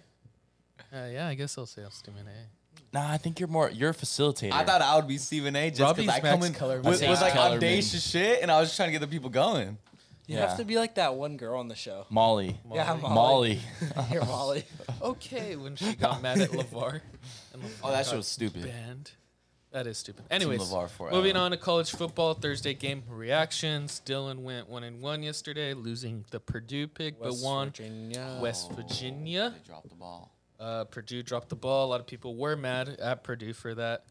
Speaker 1: Uh, yeah, I guess I'll say I'm Stephen A.
Speaker 2: Nah, I think you're more. You're a facilitator.
Speaker 4: I thought I would be Stephen A. Just
Speaker 1: Robbie's
Speaker 4: because I come
Speaker 1: Max
Speaker 4: in
Speaker 1: Kellerman.
Speaker 4: with,
Speaker 2: Max
Speaker 4: with like
Speaker 2: Kellerman.
Speaker 4: audacious shit, and I was just trying to get the people going.
Speaker 3: You
Speaker 2: Yeah.
Speaker 3: have to be like that one girl on the show.
Speaker 2: Molly.
Speaker 3: Yeah,
Speaker 1: Molly.
Speaker 2: Molly.
Speaker 3: You're Molly.
Speaker 1: Okay, when she got mad at Levar. And LeVar
Speaker 4: Oh, that
Speaker 1: got
Speaker 4: shit was stupid.
Speaker 1: Banned. That is stupid. Anyways,
Speaker 4: LeVar forever.
Speaker 1: moving on to college football Thursday game reactions. Dylan went one and one yesterday, losing the Purdue pick, but won
Speaker 3: Virginia.
Speaker 1: West Virginia.
Speaker 4: They dropped the ball.
Speaker 1: Uh, Purdue dropped the ball. A lot of people were mad at Purdue for that.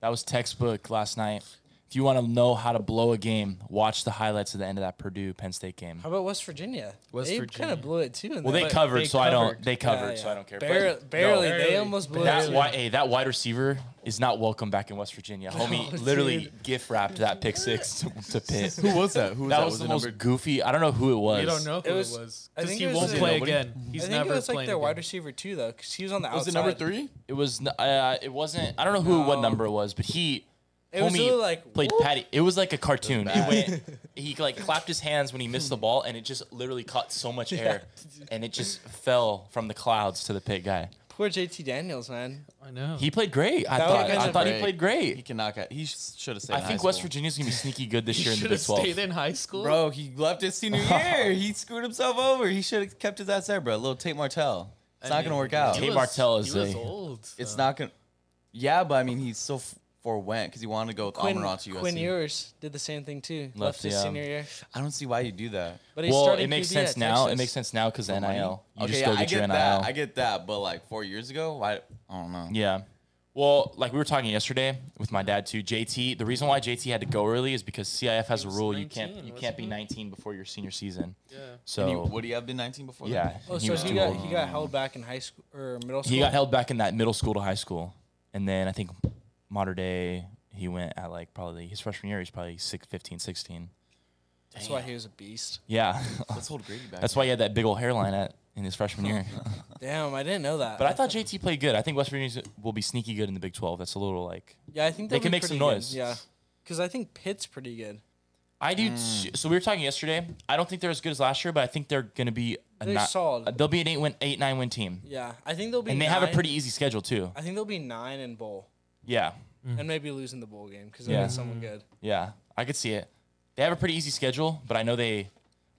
Speaker 2: That was textbook last night. If you want to know how to blow a game, watch the highlights of the end of that Purdue Penn State game.
Speaker 3: How about West Virginia?
Speaker 1: West
Speaker 3: they
Speaker 1: Virginia.
Speaker 3: kind of blew it too. in
Speaker 2: Well,
Speaker 3: that-
Speaker 2: they
Speaker 1: But
Speaker 2: covered,
Speaker 1: they
Speaker 2: so I don't.
Speaker 1: covered.
Speaker 2: They
Speaker 3: Yeah,
Speaker 2: covered, so
Speaker 3: yeah.
Speaker 2: I don't care. But
Speaker 3: Barely, barely.
Speaker 1: No,
Speaker 3: they
Speaker 1: barely.
Speaker 3: almost blew
Speaker 2: that
Speaker 3: it.
Speaker 2: wide, hey, that wide receiver is not welcome back in West Virginia, homie. literally gift wrapped that pick six to, to Pitt.
Speaker 4: Who was that? Who was
Speaker 2: That was the most goofy. I don't know who it was.
Speaker 1: You don't know who
Speaker 3: It
Speaker 1: it
Speaker 3: was-
Speaker 1: was
Speaker 3: I
Speaker 1: because
Speaker 3: think
Speaker 1: he
Speaker 3: it was
Speaker 1: won't
Speaker 3: the-
Speaker 1: play
Speaker 4: Nobody?
Speaker 1: again.
Speaker 3: I
Speaker 1: He's
Speaker 3: think
Speaker 1: never
Speaker 3: it was
Speaker 1: playing
Speaker 3: like their
Speaker 1: again.
Speaker 3: wide receiver too, though, because he was on the
Speaker 4: Was
Speaker 3: outside.
Speaker 4: it number three?
Speaker 2: It was. n- Uh, it wasn't. I don't know who what
Speaker 3: No.
Speaker 2: number it was, but he.
Speaker 3: It was
Speaker 2: homie
Speaker 3: literally like,
Speaker 2: played
Speaker 3: whoop.
Speaker 2: Patty. It was like a cartoon. It
Speaker 4: bad.
Speaker 2: went. He like clapped his hands when he missed the ball, and it just literally caught so much air, and it just fell from the clouds to the pit guy.
Speaker 3: Poor JT Daniels, man.
Speaker 1: I know.
Speaker 2: He played great. I
Speaker 3: That
Speaker 2: thought.
Speaker 3: was
Speaker 2: I thought he
Speaker 4: great.
Speaker 2: played
Speaker 4: He
Speaker 2: great.
Speaker 4: can knock out. He should have stayed.
Speaker 2: I
Speaker 4: in
Speaker 2: think
Speaker 4: high
Speaker 2: West
Speaker 4: school.
Speaker 2: Virginia's gonna be sneaky good this
Speaker 1: He
Speaker 2: year in the
Speaker 1: should
Speaker 2: Big
Speaker 1: have
Speaker 2: Twelve.
Speaker 1: stayed in high school.
Speaker 4: Bro, he left his senior year. he screwed himself over. He should have kept his ass there, bro. Little Tate Martell. It's
Speaker 1: I
Speaker 4: not
Speaker 1: mean,
Speaker 4: gonna work out.
Speaker 1: he
Speaker 2: Tate
Speaker 1: was-
Speaker 2: Martell is
Speaker 1: he was
Speaker 2: a-
Speaker 1: old. Uh,
Speaker 4: It's
Speaker 1: though.
Speaker 4: not gonna. Yeah, but I mean, he still f- forewent because he wanted to go with
Speaker 3: Quinn,
Speaker 4: Amon to USC.
Speaker 3: Quinn Ewers did the same thing too. Left,
Speaker 2: Left,
Speaker 3: his
Speaker 2: yeah.
Speaker 3: senior year,
Speaker 4: I don't see why you do that.
Speaker 3: but he's
Speaker 2: Well,
Speaker 3: starting
Speaker 2: it makes
Speaker 3: QB
Speaker 2: sense
Speaker 3: at
Speaker 2: now. It
Speaker 3: Texas.
Speaker 2: makes sense now because NIL. You
Speaker 4: okay,
Speaker 2: just
Speaker 4: yeah,
Speaker 2: go
Speaker 4: I
Speaker 2: get your
Speaker 4: get
Speaker 2: NIL.
Speaker 4: that. I get that. But like four years ago, why? I don't know.
Speaker 2: yeah. Well, like we were talking yesterday with my dad too. JT, the reason why JT had to go early is because CIF has a
Speaker 1: was
Speaker 2: rule you can't
Speaker 1: 19,
Speaker 2: you can't be
Speaker 1: wasn't
Speaker 2: 19 before your senior season.
Speaker 1: Yeah.
Speaker 4: And he,
Speaker 2: So
Speaker 4: would he have been 19 before?
Speaker 2: yeah,
Speaker 4: That?
Speaker 3: Oh,
Speaker 2: he
Speaker 3: so
Speaker 2: was
Speaker 3: he
Speaker 2: too
Speaker 3: got
Speaker 2: old.
Speaker 3: he got held back in high school or middle school.
Speaker 2: He got held back in that middle school to high school, and then I think modern day he went at like probably his freshman year. He's probably six, 15, 16.
Speaker 3: That's why he was a beast.
Speaker 2: Yeah,
Speaker 4: Let's hold Grady back.
Speaker 2: that's why he had that big old hairline at in his freshman year.
Speaker 3: Damn, I didn't know that.
Speaker 2: But I thought JT played good. I think West Virginia will be sneaky good in the Big 12. That's a little like
Speaker 3: yeah, I think
Speaker 2: they
Speaker 3: they'll
Speaker 2: can
Speaker 3: be
Speaker 2: make some
Speaker 3: pretty good.
Speaker 2: noise.
Speaker 3: Yeah, because I think Pitt's pretty good.
Speaker 2: I do.
Speaker 3: Mm.
Speaker 2: T- so we were talking yesterday. I don't think they're as good as last year, but I think they're going to be a
Speaker 3: They're
Speaker 2: ni-
Speaker 3: solid.
Speaker 2: They'll be an eight win, eight nine win team,
Speaker 3: Yeah, I think they'll be.
Speaker 2: and they have a
Speaker 3: nine-
Speaker 2: pretty easy schedule too.
Speaker 3: I think they'll be nine in bowl
Speaker 2: Yeah,
Speaker 3: and maybe losing the bowl game because they
Speaker 2: Mm. Yeah.
Speaker 3: had someone good.
Speaker 2: yeah, I could see it. They have a pretty easy schedule, but I know they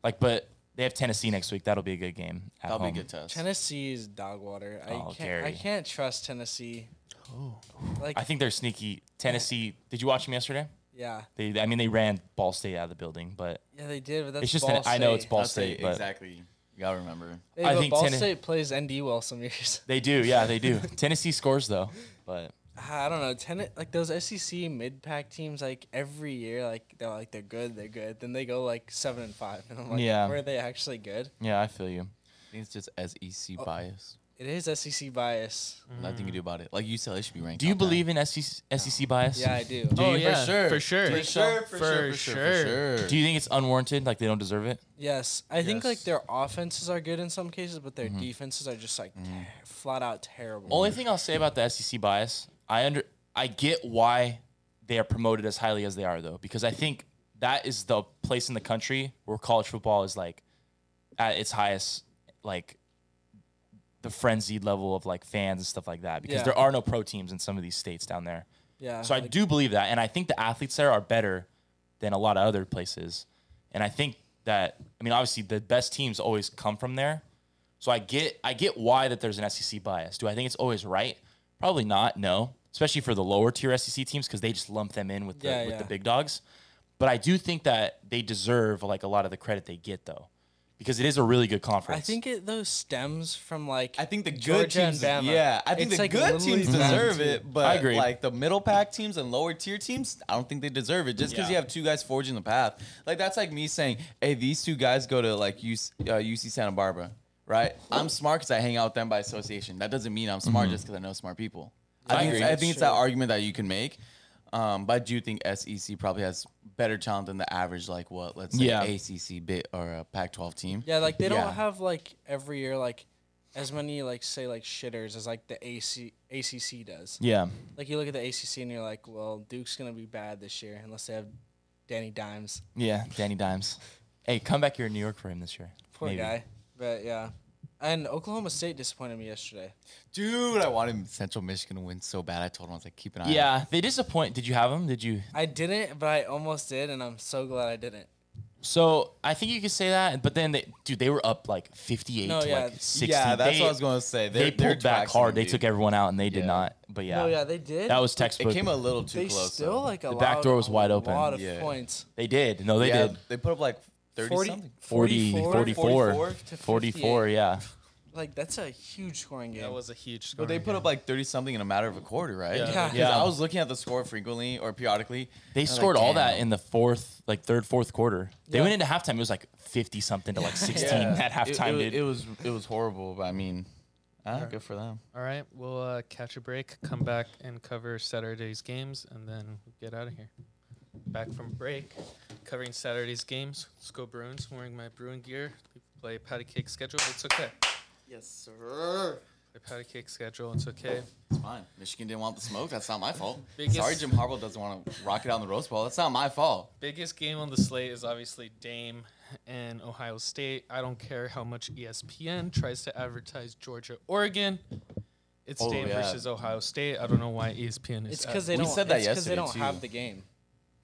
Speaker 2: like, but they have Tennessee next week. That'll be a good game. At
Speaker 4: That'll be a
Speaker 2: home.
Speaker 4: good test.
Speaker 3: Tennessee is dog water. I
Speaker 2: Oh,
Speaker 3: can't. I
Speaker 2: Gary.
Speaker 3: can't trust Tennessee. Oh. Like
Speaker 2: I think they're sneaky. Tennessee. Did you watch them yesterday?
Speaker 3: yeah,
Speaker 2: They, I mean, they ran Ball State out of the building, but
Speaker 3: yeah they did. But that's
Speaker 2: it's just.
Speaker 3: Ball
Speaker 2: Ten- I know it's
Speaker 3: State.
Speaker 2: Ball
Speaker 4: I'll say
Speaker 2: State, but
Speaker 4: exactly. You gotta remember.
Speaker 3: Hey,
Speaker 2: I
Speaker 3: but
Speaker 2: think
Speaker 3: Ball
Speaker 2: Tennes-
Speaker 3: State plays ND well some years.
Speaker 2: they do. Yeah, they do. Tennessee scores though, but
Speaker 3: Ah, I don't know. Ten like those SEC mid pack teams, like every year, like they're like they're good, they're good. Then they go like seven and five, and I'm like,
Speaker 2: Yeah.
Speaker 3: were they actually good?
Speaker 2: yeah, I feel you.
Speaker 4: I think it's just SEC bias.
Speaker 3: It is SEC bias.
Speaker 2: Mm-hmm.
Speaker 4: Nothing
Speaker 1: Mm.
Speaker 4: you do about it. Like UCLA should be ranked.
Speaker 2: Do you
Speaker 4: top nine.
Speaker 2: believe in E SEC, SEC bias?
Speaker 3: Yeah, I do.
Speaker 1: Oh,
Speaker 4: you? For
Speaker 1: yeah,
Speaker 4: sure.
Speaker 1: for sure.
Speaker 4: For sure. For sure.
Speaker 1: For
Speaker 4: For
Speaker 1: sure.
Speaker 4: sure. For sure.
Speaker 2: Do you think it's unwarranted? Like they don't deserve it?
Speaker 3: Yes, I think like
Speaker 1: Yes.
Speaker 3: their offenses are good in some cases, but their defenses are just like ter- flat out terrible.
Speaker 2: Mm-hmm. Only thing I'll say about the SEC bias, I under I get why they are promoted as highly as they are though, because I think that is the place in the country where college football is like at its highest, like the frenzied level of like fans and stuff like that. Because
Speaker 3: Yeah.
Speaker 2: there are no pro teams in some of these states down there.
Speaker 3: yeah,
Speaker 2: So I
Speaker 3: like,
Speaker 2: do believe that, and I think the athletes there are better than a lot of other places. And I think that I mean, obviously, the best teams always come from there. So I get I get why that there's an SEC bias. Do I think it's always right? Probably not. No, especially for the lower tier SEC teams because they just lump them in with the
Speaker 3: Yeah,
Speaker 2: with
Speaker 3: yeah.
Speaker 2: the big dogs. But I do think that they deserve like a lot of the credit they get though, because it is a really good conference.
Speaker 3: I think it though stems from like
Speaker 4: I think the good
Speaker 3: Georgia and
Speaker 4: teams,
Speaker 3: Bama.
Speaker 4: yeah. I think
Speaker 3: It's,
Speaker 4: the
Speaker 3: like,
Speaker 4: good
Speaker 3: literally
Speaker 4: teams
Speaker 3: the same
Speaker 4: deserve
Speaker 3: team.
Speaker 4: it, but
Speaker 2: I agree.
Speaker 4: like the middle pack teams and lower tier teams, I don't think they deserve it just because you
Speaker 2: Yeah.
Speaker 4: have two guys forging the path. Like that's like me saying, "Hey, these two guys go to like UC, uh, UC Santa Barbara, right? I'm smart because I hang out with them by association. That doesn't mean I'm
Speaker 2: Mm-hmm.
Speaker 4: smart just because I know smart people. I,
Speaker 2: I
Speaker 4: think,
Speaker 2: agree.
Speaker 4: I
Speaker 2: That's
Speaker 4: think it's that argument that you can make. Um, but I do think SEC probably has better talent than the average, like what, let's say
Speaker 2: Yeah.
Speaker 4: ACC bit or a Pac-12 team.
Speaker 3: Yeah, like they don't
Speaker 4: Yeah.
Speaker 3: have like every year like as many like say like shitters as like the AC ACC does.
Speaker 2: yeah,
Speaker 3: Like you look at the ACC and you're like, well, Duke's gonna be bad this year unless they have Danny Dimes,
Speaker 2: yeah. Danny Dimes, hey, come back here in New York for him this year.
Speaker 3: poor
Speaker 2: Maybe.
Speaker 3: guy. But yeah, and Oklahoma State disappointed me yesterday.
Speaker 4: Dude, I wanted Central Michigan to win so bad. I told him I was like, keep an eye. out.
Speaker 2: Yeah, they disappoint. Did you have him? Did you
Speaker 3: I didn't, but I almost did, and I'm so glad I didn't.
Speaker 2: So I think you could say that, but then they, dude, they were up like fifty-eight
Speaker 3: No,
Speaker 2: to
Speaker 3: yeah.
Speaker 2: like sixty.
Speaker 4: Yeah, that's
Speaker 2: They-
Speaker 4: what I was gonna say. They're,
Speaker 2: they
Speaker 4: they're
Speaker 2: pulled back
Speaker 4: taxing
Speaker 2: hard. They
Speaker 4: you.
Speaker 2: took everyone out, and they did
Speaker 4: Yeah.
Speaker 2: not. But yeah,
Speaker 3: No, yeah, they did.
Speaker 2: that was
Speaker 4: It
Speaker 2: textbook.
Speaker 4: came a little too
Speaker 3: they
Speaker 4: close.
Speaker 3: still
Speaker 4: though.
Speaker 3: like
Speaker 2: The
Speaker 3: allowed
Speaker 2: back door was wide
Speaker 3: a
Speaker 2: open.
Speaker 3: lot of
Speaker 4: Yeah.
Speaker 3: points.
Speaker 2: they did. No, they
Speaker 4: yeah,
Speaker 2: did.
Speaker 4: They put up like thirty
Speaker 3: 40,
Speaker 4: something.
Speaker 2: 40,
Speaker 3: 44,
Speaker 2: 44,
Speaker 4: 44
Speaker 3: to
Speaker 2: 44,
Speaker 3: 58.
Speaker 2: yeah.
Speaker 3: Like that's a huge scoring game.
Speaker 1: That was a huge score.
Speaker 4: But they put up like thirty something in a matter of a quarter, right?
Speaker 1: Yeah.
Speaker 3: Yeah.
Speaker 4: 'Cause
Speaker 2: Yeah.
Speaker 4: I was looking at the score frequently or periodically.
Speaker 2: They
Speaker 4: and I'm
Speaker 2: scored
Speaker 4: like,
Speaker 2: all that
Speaker 4: damn.
Speaker 2: in the fourth, like third, fourth quarter. They
Speaker 3: Yeah.
Speaker 2: went into halftime. It was like 50 something to like 16 at
Speaker 4: It-
Speaker 2: halftime,
Speaker 4: it,
Speaker 2: dude.
Speaker 4: it was it was horrible, but I mean, ah, good for them.
Speaker 1: All right, we'll uh, catch a break, come back and cover Saturday's games, and then get out of here. Back from break, covering Saturday's games. Let's go Bruins. I'm wearing my Bruin gear. We play patty cake schedule. It's okay.
Speaker 4: Yes, sir.
Speaker 1: Play patty cake schedule. It's okay.
Speaker 4: It's fine. Michigan didn't want the smoke. That's not my fault.
Speaker 1: Biggest-
Speaker 4: Sorry, Jim Harbaugh doesn't want to rock it on the roast ball. That's not my fault.
Speaker 1: Biggest game on the slate is obviously Dame and Ohio State. I don't care how much E ESPN tries to advertise Georgia, Oregon. It's
Speaker 4: Oh,
Speaker 1: Dame
Speaker 4: yeah.
Speaker 1: versus Ohio State. I don't know why E ESPN is.
Speaker 3: It's uh,
Speaker 1: at-
Speaker 3: because they
Speaker 4: We
Speaker 3: don't.
Speaker 4: said that
Speaker 3: it's 'cause
Speaker 4: yesterday,
Speaker 3: They don't
Speaker 4: too.
Speaker 3: have the game.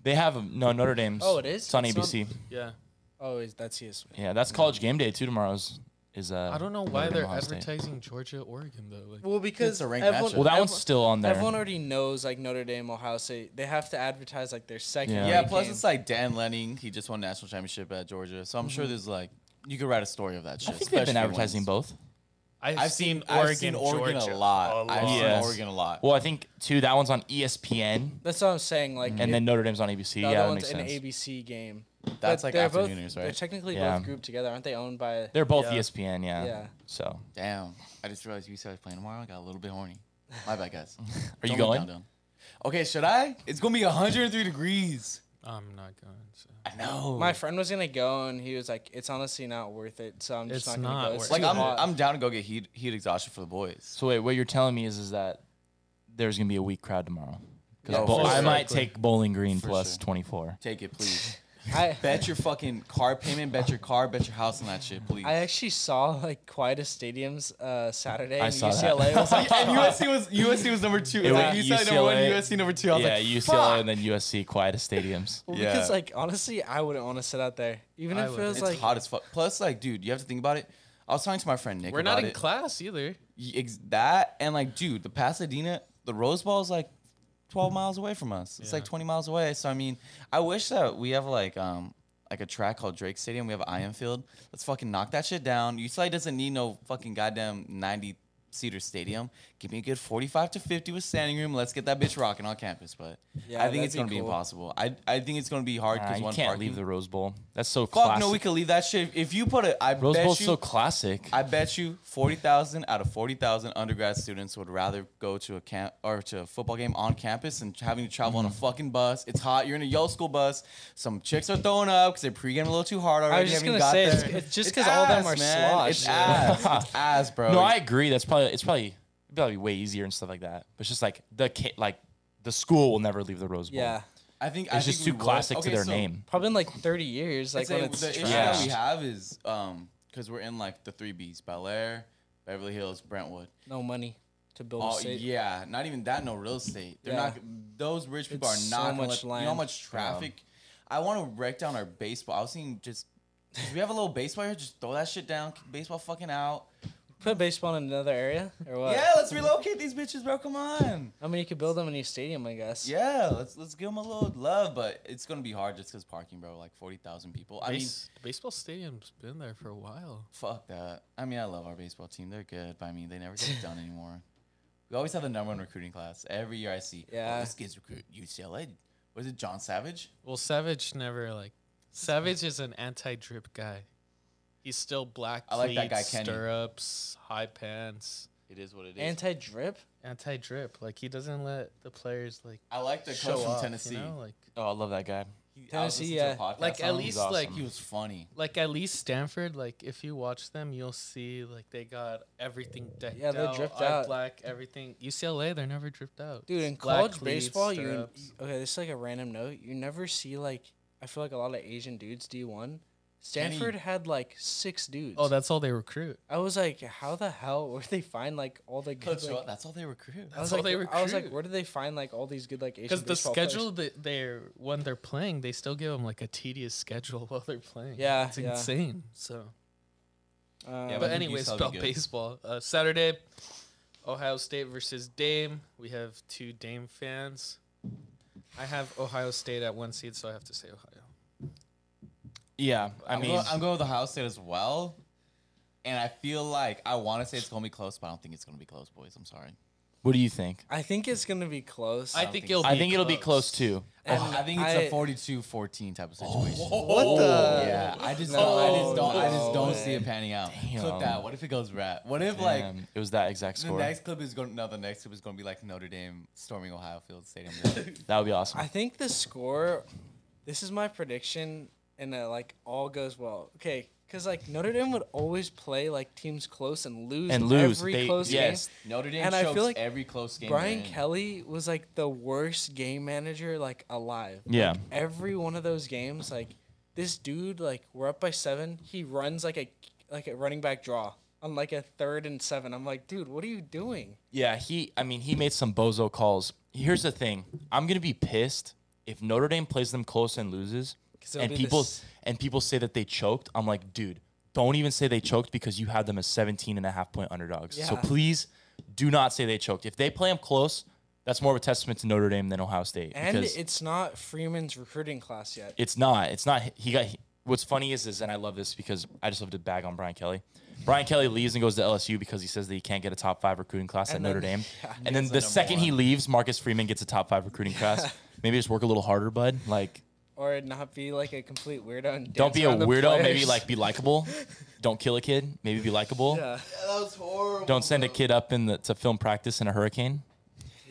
Speaker 2: they have 'em. no Notre Dame's.
Speaker 3: Oh, it is?
Speaker 2: It's on
Speaker 3: It's on-
Speaker 2: ABC.
Speaker 1: yeah.
Speaker 3: Oh, is that's his.
Speaker 2: yeah, that's College Game Day too. Tomorrow's is uh.
Speaker 1: I don't know why
Speaker 2: Notre Dame,
Speaker 1: they're
Speaker 2: Ohio State.
Speaker 1: advertising Georgia, Oregon though. Like,
Speaker 3: Well, because
Speaker 4: a ranked
Speaker 3: everyone,
Speaker 4: matchup.
Speaker 2: Well, that one's
Speaker 3: everyone-
Speaker 2: still on there.
Speaker 3: Everyone already knows like Notre Dame, Ohio State. They have to advertise like their second.
Speaker 2: Yeah.
Speaker 3: ranked
Speaker 4: Yeah, plus
Speaker 3: game.
Speaker 4: it's like Dan Lenning. He just won national Mm-hmm. championship at Georgia, so I'm sure there's like you could write a story of that shit.
Speaker 2: I think they've
Speaker 4: especially if
Speaker 2: been
Speaker 4: he
Speaker 2: advertising
Speaker 4: wins.
Speaker 2: both.
Speaker 1: I've,
Speaker 4: I've seen, I've seen Oregon
Speaker 1: Georgia
Speaker 4: a lot. I've
Speaker 2: Yes.
Speaker 4: seen Oregon a lot.
Speaker 2: Well, I think too that one's on E ESPN,
Speaker 3: That's what I'm saying. Like,
Speaker 2: and
Speaker 3: it-
Speaker 2: then Notre Dame's on ABC.
Speaker 3: the
Speaker 2: yeah,
Speaker 3: other
Speaker 2: that
Speaker 3: one's
Speaker 2: makes
Speaker 3: an
Speaker 2: sense.
Speaker 3: ABC game.
Speaker 4: That's
Speaker 3: But
Speaker 4: like
Speaker 3: they're both-
Speaker 4: afternooners,
Speaker 3: They're
Speaker 4: right?
Speaker 3: technically
Speaker 2: Yeah.
Speaker 3: both grouped together, aren't they? Owned by
Speaker 2: They're both E
Speaker 1: Yeah.
Speaker 2: ESPN. Yeah.
Speaker 3: Yeah.
Speaker 2: So
Speaker 4: Damn. I just realized UCLA's playing tomorrow. I got a little bit horny. My bad, guys. Are
Speaker 2: you going?
Speaker 4: Okay, should I? It's going to be 103 degrees.
Speaker 1: I'm not going. So.
Speaker 4: I know.
Speaker 3: My friend was gonna go, and he was like, "It's honestly not worth it." So I'm just
Speaker 1: It's
Speaker 3: not gonna
Speaker 1: not
Speaker 3: go.
Speaker 1: worth
Speaker 3: It's
Speaker 1: it.
Speaker 4: like,
Speaker 3: too
Speaker 4: I'm,
Speaker 3: hot.
Speaker 4: I'm down to go get heat, heat exhaustion for the boys.
Speaker 2: so wait, what you're telling me is is that there's gonna be a weak crowd tomorrow. 'Cause
Speaker 4: Yeah,
Speaker 2: bo-
Speaker 4: for
Speaker 2: I
Speaker 4: sure.
Speaker 2: might take Bowling Green
Speaker 4: For
Speaker 2: plus
Speaker 4: sure.
Speaker 2: 24.
Speaker 4: Take it, please.
Speaker 3: I
Speaker 4: bet your fucking car payment, bet your car, bet your house on that shit, please.
Speaker 3: I actually saw like quietest stadiums uh, Saturday.
Speaker 2: I
Speaker 3: and
Speaker 2: saw that.
Speaker 3: UCLA was like,
Speaker 4: and USC was USC was number two. It was like
Speaker 2: went
Speaker 4: UCLA, number one,
Speaker 2: UCLA.
Speaker 4: USC number two. I was
Speaker 2: yeah,
Speaker 4: like,
Speaker 2: UCLA
Speaker 4: fuck.
Speaker 2: and then USC quietest stadiums.
Speaker 3: well,
Speaker 4: Yeah.
Speaker 3: because like honestly, I wouldn't want to sit out there, even
Speaker 1: I
Speaker 3: if it
Speaker 1: wouldn't.
Speaker 3: was
Speaker 4: It's
Speaker 3: like
Speaker 4: hot as fuck. Plus, like, dude, you have to think about it. I was talking to my friend Nick.
Speaker 1: We're not
Speaker 4: about
Speaker 1: in
Speaker 4: it.
Speaker 1: class either.
Speaker 4: Y- ex- that and like, dude, the Pasadena, the Rose Bowl is like 12 miles away from us. It's like
Speaker 1: Yeah.
Speaker 4: 20 miles away. So I mean, I wish that we have like um like a track called Drake Stadium. We have Ion Field. Let's fucking knock that shit down. UCLA doesn't need no fucking goddamn 90 seater stadium. Give me a good 45 to 50 with standing room. Let's get that bitch rocking on campus. But
Speaker 3: Yeah,
Speaker 4: I think
Speaker 3: that'd
Speaker 4: it's
Speaker 3: be
Speaker 4: gonna be
Speaker 3: cool.
Speaker 4: impossible. I I think it's gonna be hard
Speaker 2: Nah,
Speaker 4: because
Speaker 2: Uh, you
Speaker 4: one
Speaker 2: can't
Speaker 4: parking.
Speaker 2: leave the Rose Bowl. That's so
Speaker 4: Fuck
Speaker 2: classic.
Speaker 4: no, we could leave that shit. If you put it, I
Speaker 2: Rose
Speaker 4: bet
Speaker 2: Bowl's
Speaker 4: you,
Speaker 2: so classic.
Speaker 4: I bet you forty thousand out of forty thousand undergrad students would rather go to a camp or to a football game on campus than having to travel
Speaker 3: Mm-hmm.
Speaker 4: on a fucking bus. It's hot. You're in a yo school bus. Some chicks are throwing up because they're pregame a little too hard already.
Speaker 3: I was just
Speaker 4: haven't
Speaker 3: gonna
Speaker 4: got
Speaker 3: say it's,
Speaker 4: there.
Speaker 3: it's just
Speaker 4: It's
Speaker 3: because all of them
Speaker 4: ass,
Speaker 3: are
Speaker 4: man.
Speaker 3: slosh.
Speaker 4: It's ass. it's ass, bro.
Speaker 2: no, I agree. That's probably it's probably it'd probably be way easier and stuff like that. But it's just like the kid, like the school will never leave the Rose Bowl.
Speaker 3: Yeah,
Speaker 4: I think I
Speaker 2: it's just
Speaker 4: think we
Speaker 2: too
Speaker 4: would.
Speaker 2: classic
Speaker 4: Okay,
Speaker 2: to their
Speaker 4: so
Speaker 2: name.
Speaker 3: probably in like 30 years, like
Speaker 4: I'd say
Speaker 3: when it's
Speaker 4: the issue
Speaker 3: trashed.
Speaker 4: that we have is um because we're in like the three B's: Bel Air, Beverly Hills, Brentwood.
Speaker 3: no money to build.
Speaker 4: Oh
Speaker 3: a state.
Speaker 4: yeah, not even that. No real estate. They're
Speaker 3: Yeah.
Speaker 4: not. Those rich people
Speaker 3: It's
Speaker 4: are
Speaker 3: so
Speaker 4: not. gonna
Speaker 3: much
Speaker 4: let- You know how
Speaker 3: land.
Speaker 4: much traffic. I want to break down our baseball. I was thinking just 'cause we have a little baseball here. Just throw that shit down. Kick baseball fucking out.
Speaker 3: Put baseball in another area or what?
Speaker 4: Yeah, let's relocate these bitches, bro. Come on.
Speaker 3: I mean, you could build them a new stadium, I guess.
Speaker 4: Yeah, let's let's give them a little love, but it's gonna be hard just because parking, bro. Like forty thousand people. I mean,
Speaker 1: Base- baseball stadium's been there for a while.
Speaker 4: fuck that. I mean, I love our baseball team. They're good, but I mean, they never get it done anymore. We always have the number one recruiting class every year. I see. "Oh,
Speaker 3: Yeah.
Speaker 4: this kid's recruit UCLA. Was it John Savage?
Speaker 1: Well, Savage never like. Savage is an anti-drip guy. He's still black
Speaker 4: I like that guy,
Speaker 1: pleats,
Speaker 4: Kenny.
Speaker 1: stirrups, high pants,
Speaker 4: It is what it is.
Speaker 3: Anti drip.
Speaker 1: anti-drip. Like he doesn't let the players like
Speaker 4: I like the
Speaker 1: show
Speaker 4: coach from
Speaker 1: up,
Speaker 4: Tennessee.
Speaker 1: You know? Like
Speaker 2: Oh, I love that guy.
Speaker 4: He- I was
Speaker 3: Tennessee,
Speaker 4: listening to a
Speaker 3: yeah.
Speaker 4: podcast
Speaker 1: Like,
Speaker 4: on
Speaker 1: at
Speaker 4: him.
Speaker 1: least,
Speaker 4: He's awesome.
Speaker 1: like-
Speaker 4: he was funny.
Speaker 1: like at least Stanford, like if you watch them, you'll see like they got everything decked
Speaker 3: Yeah, they're
Speaker 1: out,
Speaker 3: dripped
Speaker 1: eye
Speaker 3: out.
Speaker 1: black, everything. UCLA, they're never dripped out.
Speaker 3: Dude,
Speaker 1: It's
Speaker 3: in
Speaker 1: black
Speaker 3: college
Speaker 1: cleats,
Speaker 3: baseball, you
Speaker 1: stirrups.
Speaker 3: okay? This is like a random note. You never see like I feel like a lot of Asian dudes D one. Stanford had like six dudes.
Speaker 1: Oh, that's all they recruit.
Speaker 3: I was like, how the hell where did they find like all the good?
Speaker 4: Coach,
Speaker 3: Like,
Speaker 4: that's all they recruit.
Speaker 3: I was
Speaker 1: all
Speaker 3: like,
Speaker 1: they
Speaker 3: I was like,
Speaker 1: recruit.
Speaker 3: where did they find like all these good like Asian?
Speaker 1: Because the
Speaker 3: baseball players?
Speaker 1: schedule that they're when they're playing, they still give them like a tedious schedule while they're playing.
Speaker 3: Yeah,
Speaker 1: it's
Speaker 3: yeah.
Speaker 1: insane. So,
Speaker 3: Um,
Speaker 4: Yeah,
Speaker 1: but
Speaker 4: I think
Speaker 1: anyways,
Speaker 4: USL 'll be
Speaker 1: about
Speaker 4: good.
Speaker 1: baseball. Uh, Saturday, Ohio State versus Dame. We have two Dame fans. I have Ohio State at one seed, so I have to say Ohio.
Speaker 2: Yeah, I
Speaker 4: I'm,
Speaker 2: mean,
Speaker 4: going, I'm going with Ohio State as well. And I feel like I want to say it's going to be close, but I don't think it's going to be close, boys. I'm sorry.
Speaker 2: what do you think?
Speaker 3: I think it's gonna be close.
Speaker 1: I
Speaker 4: don't
Speaker 1: think
Speaker 4: think
Speaker 1: it'll.
Speaker 4: so.
Speaker 1: Be
Speaker 2: I think it'll be close too.
Speaker 3: And
Speaker 4: Oh, I think it's
Speaker 3: I-
Speaker 4: a 42 14 type of
Speaker 2: Oh.
Speaker 4: situation.
Speaker 3: what the?
Speaker 4: Yeah, I just,
Speaker 3: No,
Speaker 4: don't, I just don't, I
Speaker 3: no
Speaker 4: just don't
Speaker 3: way.
Speaker 4: see it panning out.
Speaker 2: Damn.
Speaker 4: Clip that. What if it goes rat? What if like
Speaker 2: Damn, it was that exact
Speaker 4: the
Speaker 2: score.
Speaker 4: next clip is going? No, the next clip is going to be like Notre Dame storming Ohio Field Stadium. Like,
Speaker 2: that would be awesome.
Speaker 3: I think the score. This is my prediction, and it like all goes well. Okay, because like Notre Dame would always play like teams close and lose
Speaker 2: and lose.
Speaker 3: every
Speaker 2: They,
Speaker 3: close
Speaker 2: yes,
Speaker 3: game.
Speaker 4: Notre Dame
Speaker 3: And I feel
Speaker 4: chokes
Speaker 3: like
Speaker 4: every close game.
Speaker 3: Brian
Speaker 4: they're in.
Speaker 3: Kelly was like the worst game manager like alive.
Speaker 2: yeah.
Speaker 3: Every one of those games, like this dude, like we're up by seven. He runs like a like a running back draw on like a third and seven. I'm like, dude, what are you doing?
Speaker 2: Yeah, he. I mean, he made some bozo calls. Here's the thing: I'm gonna be pissed if Notre Dame plays them close and loses,
Speaker 3: 'Cause it'll
Speaker 2: and
Speaker 3: be
Speaker 2: people
Speaker 3: this-
Speaker 2: and people say that they choked. I'm like, dude, don't even say they choked because you had them as 17 and a half point underdogs. So
Speaker 3: Yeah.
Speaker 2: please, do not say they choked. If they play them close, that's more of a testament to Notre Dame than Ohio State.
Speaker 3: And
Speaker 2: because
Speaker 3: it's not Freeman's recruiting class yet.
Speaker 2: it's not. It's not. He got. He, what's funny is is, and I love this because I just love to bag on Brian Kelly. Brian Kelly leaves and goes to LSU because he says that he can't get a top five recruiting class at
Speaker 3: And
Speaker 2: Notre
Speaker 3: then-
Speaker 2: Dame.
Speaker 3: yeah,
Speaker 2: and then
Speaker 4: gets
Speaker 2: the
Speaker 4: the number
Speaker 2: second he
Speaker 4: one.
Speaker 2: leaves, Marcus Freeman gets a top five recruiting class. Maybe just work a little harder, bud. Like,
Speaker 3: or not be like a complete weirdo. And
Speaker 2: don't
Speaker 3: dance
Speaker 2: be a
Speaker 3: around the
Speaker 2: weirdo. Maybe
Speaker 3: players.
Speaker 2: like be likable. don't kill a kid. Maybe be likable.
Speaker 3: yeah,
Speaker 4: that was horrible.
Speaker 2: Don't send a kid up in the, to film practice in a hurricane.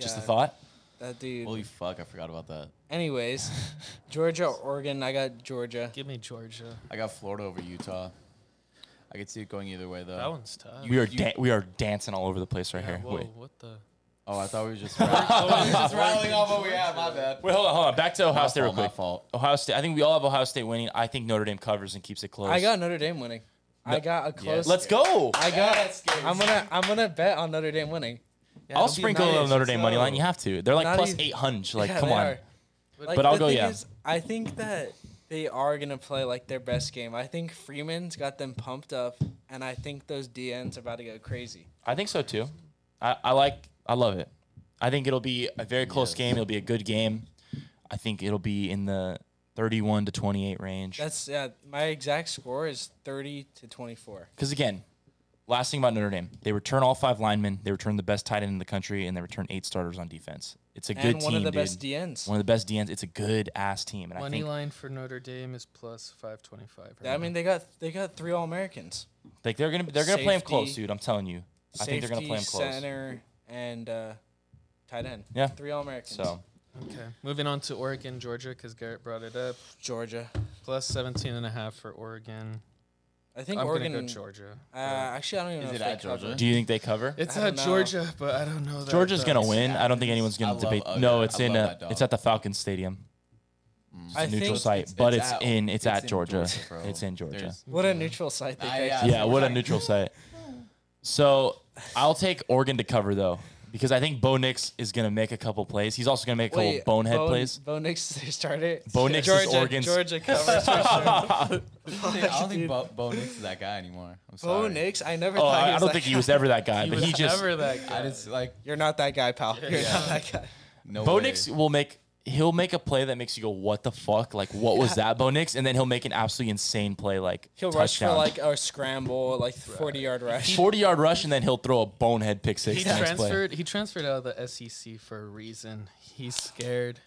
Speaker 2: Just a
Speaker 3: yeah,
Speaker 2: thought.
Speaker 3: That dude.
Speaker 4: Holy fuck! I forgot about that.
Speaker 3: Anyways, Georgia, Oregon. I got Georgia.
Speaker 1: Give me Georgia.
Speaker 4: I got Florida over Utah. I could see it going either way though.
Speaker 1: That one's tough.
Speaker 2: We are
Speaker 4: you-
Speaker 2: da- we are dancing all over the place right
Speaker 1: Yeah,
Speaker 2: here.
Speaker 1: whoa,
Speaker 2: Wait.
Speaker 1: what the?
Speaker 4: Oh, I thought we were just rattling, just rattling off what we had. My bad.
Speaker 2: Wait, hold on, hold on. Back to Ohio
Speaker 4: My
Speaker 2: State real
Speaker 4: fault. My
Speaker 2: quick.
Speaker 4: fault.
Speaker 2: Ohio State. I think we all have Ohio State winning. I think Notre Dame covers and keeps it close.
Speaker 3: I got Notre Dame winning. I got a close.
Speaker 2: Let's go.
Speaker 3: I got.
Speaker 4: That's good.
Speaker 3: I'm gonna. I'm gonna bet on Notre Dame winning.
Speaker 1: Yeah,
Speaker 2: I'll
Speaker 1: don't be
Speaker 2: sprinkle a little
Speaker 1: nice.
Speaker 2: Notre Dame money
Speaker 1: So-
Speaker 2: line. You have to. They're like
Speaker 3: Not
Speaker 2: plus
Speaker 3: even-
Speaker 2: eight hundred. Like,
Speaker 3: Yeah,
Speaker 2: come
Speaker 3: they
Speaker 2: on.
Speaker 3: are. Like,
Speaker 2: But I'll
Speaker 3: the
Speaker 2: go,
Speaker 3: thing
Speaker 2: yeah.
Speaker 3: is, I think that they are gonna play like their best game. I think Freeman's got them pumped up, and I think those DNs are about to go crazy.
Speaker 2: I think so too. I, I like. I love it. I think it'll be a very close game. It'll be a good game. I think it'll be in the thirty-one to twenty-eight range.
Speaker 3: That's yeah. My exact score is thirty to twenty-four.
Speaker 2: Because again, last thing about Notre Dame, they return all five linemen. They return the best tight end in the country, and they return eight starters on defense. It's a good
Speaker 3: and
Speaker 2: team,
Speaker 3: one of the
Speaker 2: dude.
Speaker 3: best DNs.
Speaker 2: one of the best DNs. It's a good ass team, and I
Speaker 1: Money
Speaker 2: think
Speaker 1: line for Notre Dame is plus five twenty five.
Speaker 3: I mean, they got they got three All Americans.
Speaker 2: like they're gonna they're gonna play him close,
Speaker 3: Safety.
Speaker 2: dude. I'm telling you, I think they're gonna play him close.
Speaker 3: Center and uh, tight end.
Speaker 2: Yeah.
Speaker 3: Three All Americans.
Speaker 2: So
Speaker 1: okay. Moving on to Oregon, Georgia, because Garrett brought it up.
Speaker 3: Georgia.
Speaker 1: Plus 17 and a half for Oregon.
Speaker 3: I think
Speaker 1: I'm
Speaker 3: Oregon.
Speaker 1: gonna go Georgia.
Speaker 3: Uh, actually, I don't even
Speaker 4: Is
Speaker 3: know
Speaker 4: it
Speaker 3: if they
Speaker 4: at Georgia?
Speaker 3: cover.
Speaker 2: do you think they cover?
Speaker 1: It's
Speaker 3: I
Speaker 1: at
Speaker 3: don't know.
Speaker 1: Georgia, but I don't know that.
Speaker 2: Georgia's gonna
Speaker 1: that's-
Speaker 2: win. I don't think anyone's
Speaker 4: I
Speaker 2: gonna
Speaker 4: love-
Speaker 2: debate.
Speaker 4: oh,
Speaker 2: no,
Speaker 4: yeah,
Speaker 2: it's
Speaker 4: I
Speaker 2: in
Speaker 4: love
Speaker 2: a,
Speaker 4: that dog.
Speaker 2: it's at the Falcon Stadium,
Speaker 3: I
Speaker 2: neutral
Speaker 3: think
Speaker 2: site,
Speaker 4: It's-
Speaker 2: but it's,
Speaker 4: it's out.
Speaker 2: in it's,
Speaker 4: It's
Speaker 2: at
Speaker 4: in
Speaker 2: Georgia.
Speaker 4: Georgia, bro.
Speaker 2: it's in Georgia.
Speaker 4: There's-
Speaker 3: what a neutral site they
Speaker 4: Ah,
Speaker 3: picked.
Speaker 4: yeah.
Speaker 2: yeah,
Speaker 4: so
Speaker 2: what a
Speaker 4: like-
Speaker 2: neutral site. So I'll take Oregon to cover though, because I think Bo Nix is gonna make a couple plays. He's also gonna make a couple
Speaker 3: Wait,
Speaker 2: bonehead
Speaker 3: Bo-
Speaker 2: plays.
Speaker 3: Bo Nix, they started.
Speaker 2: Bo Nix is
Speaker 3: Georgia,
Speaker 2: Oregon's-
Speaker 3: Georgia covers. for sure.
Speaker 4: I don't think
Speaker 3: Dude.
Speaker 4: Bo, Bo Nix is that guy anymore. I'm sorry.
Speaker 3: Bo Nix, I never
Speaker 2: Oh,
Speaker 3: thought.
Speaker 2: I,
Speaker 3: he
Speaker 2: I
Speaker 3: was
Speaker 2: don't
Speaker 3: that
Speaker 2: think he
Speaker 3: guy.
Speaker 2: was ever that guy,
Speaker 1: He
Speaker 2: but
Speaker 1: was
Speaker 2: he just
Speaker 1: never that guy.
Speaker 4: I just like
Speaker 3: You're not that guy, pal. You're not that guy.
Speaker 4: no.
Speaker 2: Bo
Speaker 4: way.
Speaker 2: Nix will make he'll make a play that makes you go, what the fuck? Like what was that, Bo Nix? And then he'll make an absolutely insane play, like
Speaker 3: He'll rush for
Speaker 2: touchdown.
Speaker 3: like a scramble, like 40 yard rush.
Speaker 2: forty yard rush, and then he'll throw a bonehead pick six.
Speaker 1: He
Speaker 2: the next play.
Speaker 1: transferred. He transferred out of the SEC for a reason. He's scared.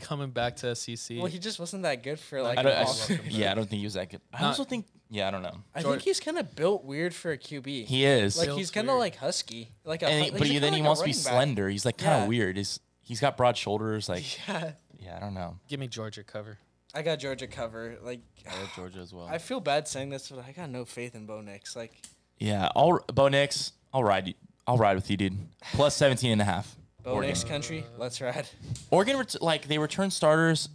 Speaker 1: Coming back to E SEC.
Speaker 3: Well, he just wasn't that good for like.
Speaker 2: I don't,
Speaker 3: an
Speaker 2: I-
Speaker 3: all-
Speaker 2: yeah, I don't think he was that good. I
Speaker 1: Not-
Speaker 2: also think, yeah, I don't know.
Speaker 3: I think he's kind of built weird for a QB.
Speaker 2: He is,
Speaker 3: like
Speaker 1: Built
Speaker 3: he's kind of
Speaker 1: weird.
Speaker 3: like husky, like a.
Speaker 2: and
Speaker 3: hu-
Speaker 2: he-
Speaker 3: like,
Speaker 2: but
Speaker 3: he's
Speaker 2: he, then
Speaker 3: kinda
Speaker 2: he
Speaker 3: like a
Speaker 2: wants to be
Speaker 3: running back.
Speaker 2: slender. He's like kind of
Speaker 3: Yeah.
Speaker 2: weird. He's he's got broad shoulders. Like
Speaker 3: Yeah,
Speaker 2: yeah, I don't know.
Speaker 1: Give me Georgia cover.
Speaker 3: I got Georgia cover. Like,
Speaker 4: I love Georgia as well.
Speaker 3: I feel bad saying this, but I got no faith in Bo Nix. Like,
Speaker 2: Yeah, I'll Bo Nix. I'll ride. you- I'll ride with you, dude. Plus 17 and a half.
Speaker 3: Bo
Speaker 2: Oregon.
Speaker 3: Nix country, let's ride.
Speaker 2: Oregon, ret- like they return starters.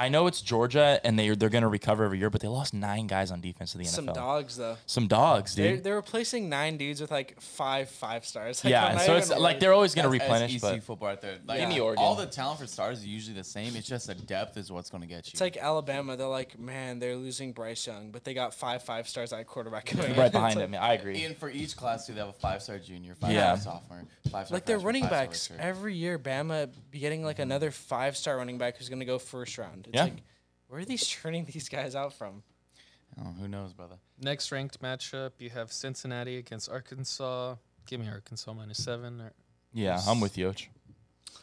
Speaker 2: I know it's Georgia, and they they're gonna recover every year, but they lost nine guys on defense to the NFL.
Speaker 3: Some dogs though.
Speaker 2: Some dogs,
Speaker 3: They're,
Speaker 2: dude.
Speaker 3: they're replacing nine dudes with like five five stars. Like, I'm
Speaker 2: yeah,
Speaker 3: not
Speaker 2: so it's
Speaker 3: even
Speaker 2: like
Speaker 3: worried.
Speaker 2: they're always gonna
Speaker 4: That's
Speaker 2: replenish,
Speaker 4: SEC
Speaker 2: but
Speaker 4: football right there. Like,
Speaker 3: Give me
Speaker 2: Oregon.
Speaker 4: All the talent for stars is usually the same. It's just the depth is what's going to get you.
Speaker 3: It's like Alabama. They're like, man, they're losing Bryce Young, but they got five five stars at quarterback. Coming in."
Speaker 2: right
Speaker 3: It's
Speaker 2: behind
Speaker 3: like-
Speaker 2: them. I agree.
Speaker 4: and for each class, too, they have a five-star junior, five-star
Speaker 2: Yeah.
Speaker 4: sophomore, five-star.
Speaker 3: Like their
Speaker 4: freshman,
Speaker 3: running
Speaker 4: five-star
Speaker 3: backs
Speaker 4: redshirt.
Speaker 3: every year, Bama be getting like another five star running back who's gonna go first round. It's
Speaker 2: Mm-hmm. Yeah.
Speaker 3: like, where are these churning these guys out from?
Speaker 4: Oh, who knows, brother?
Speaker 1: Next ranked matchup, you have Cincinnati against Arkansas. Give me Arkansas minus seven. Or
Speaker 2: Yeah, I'm with you, Oach.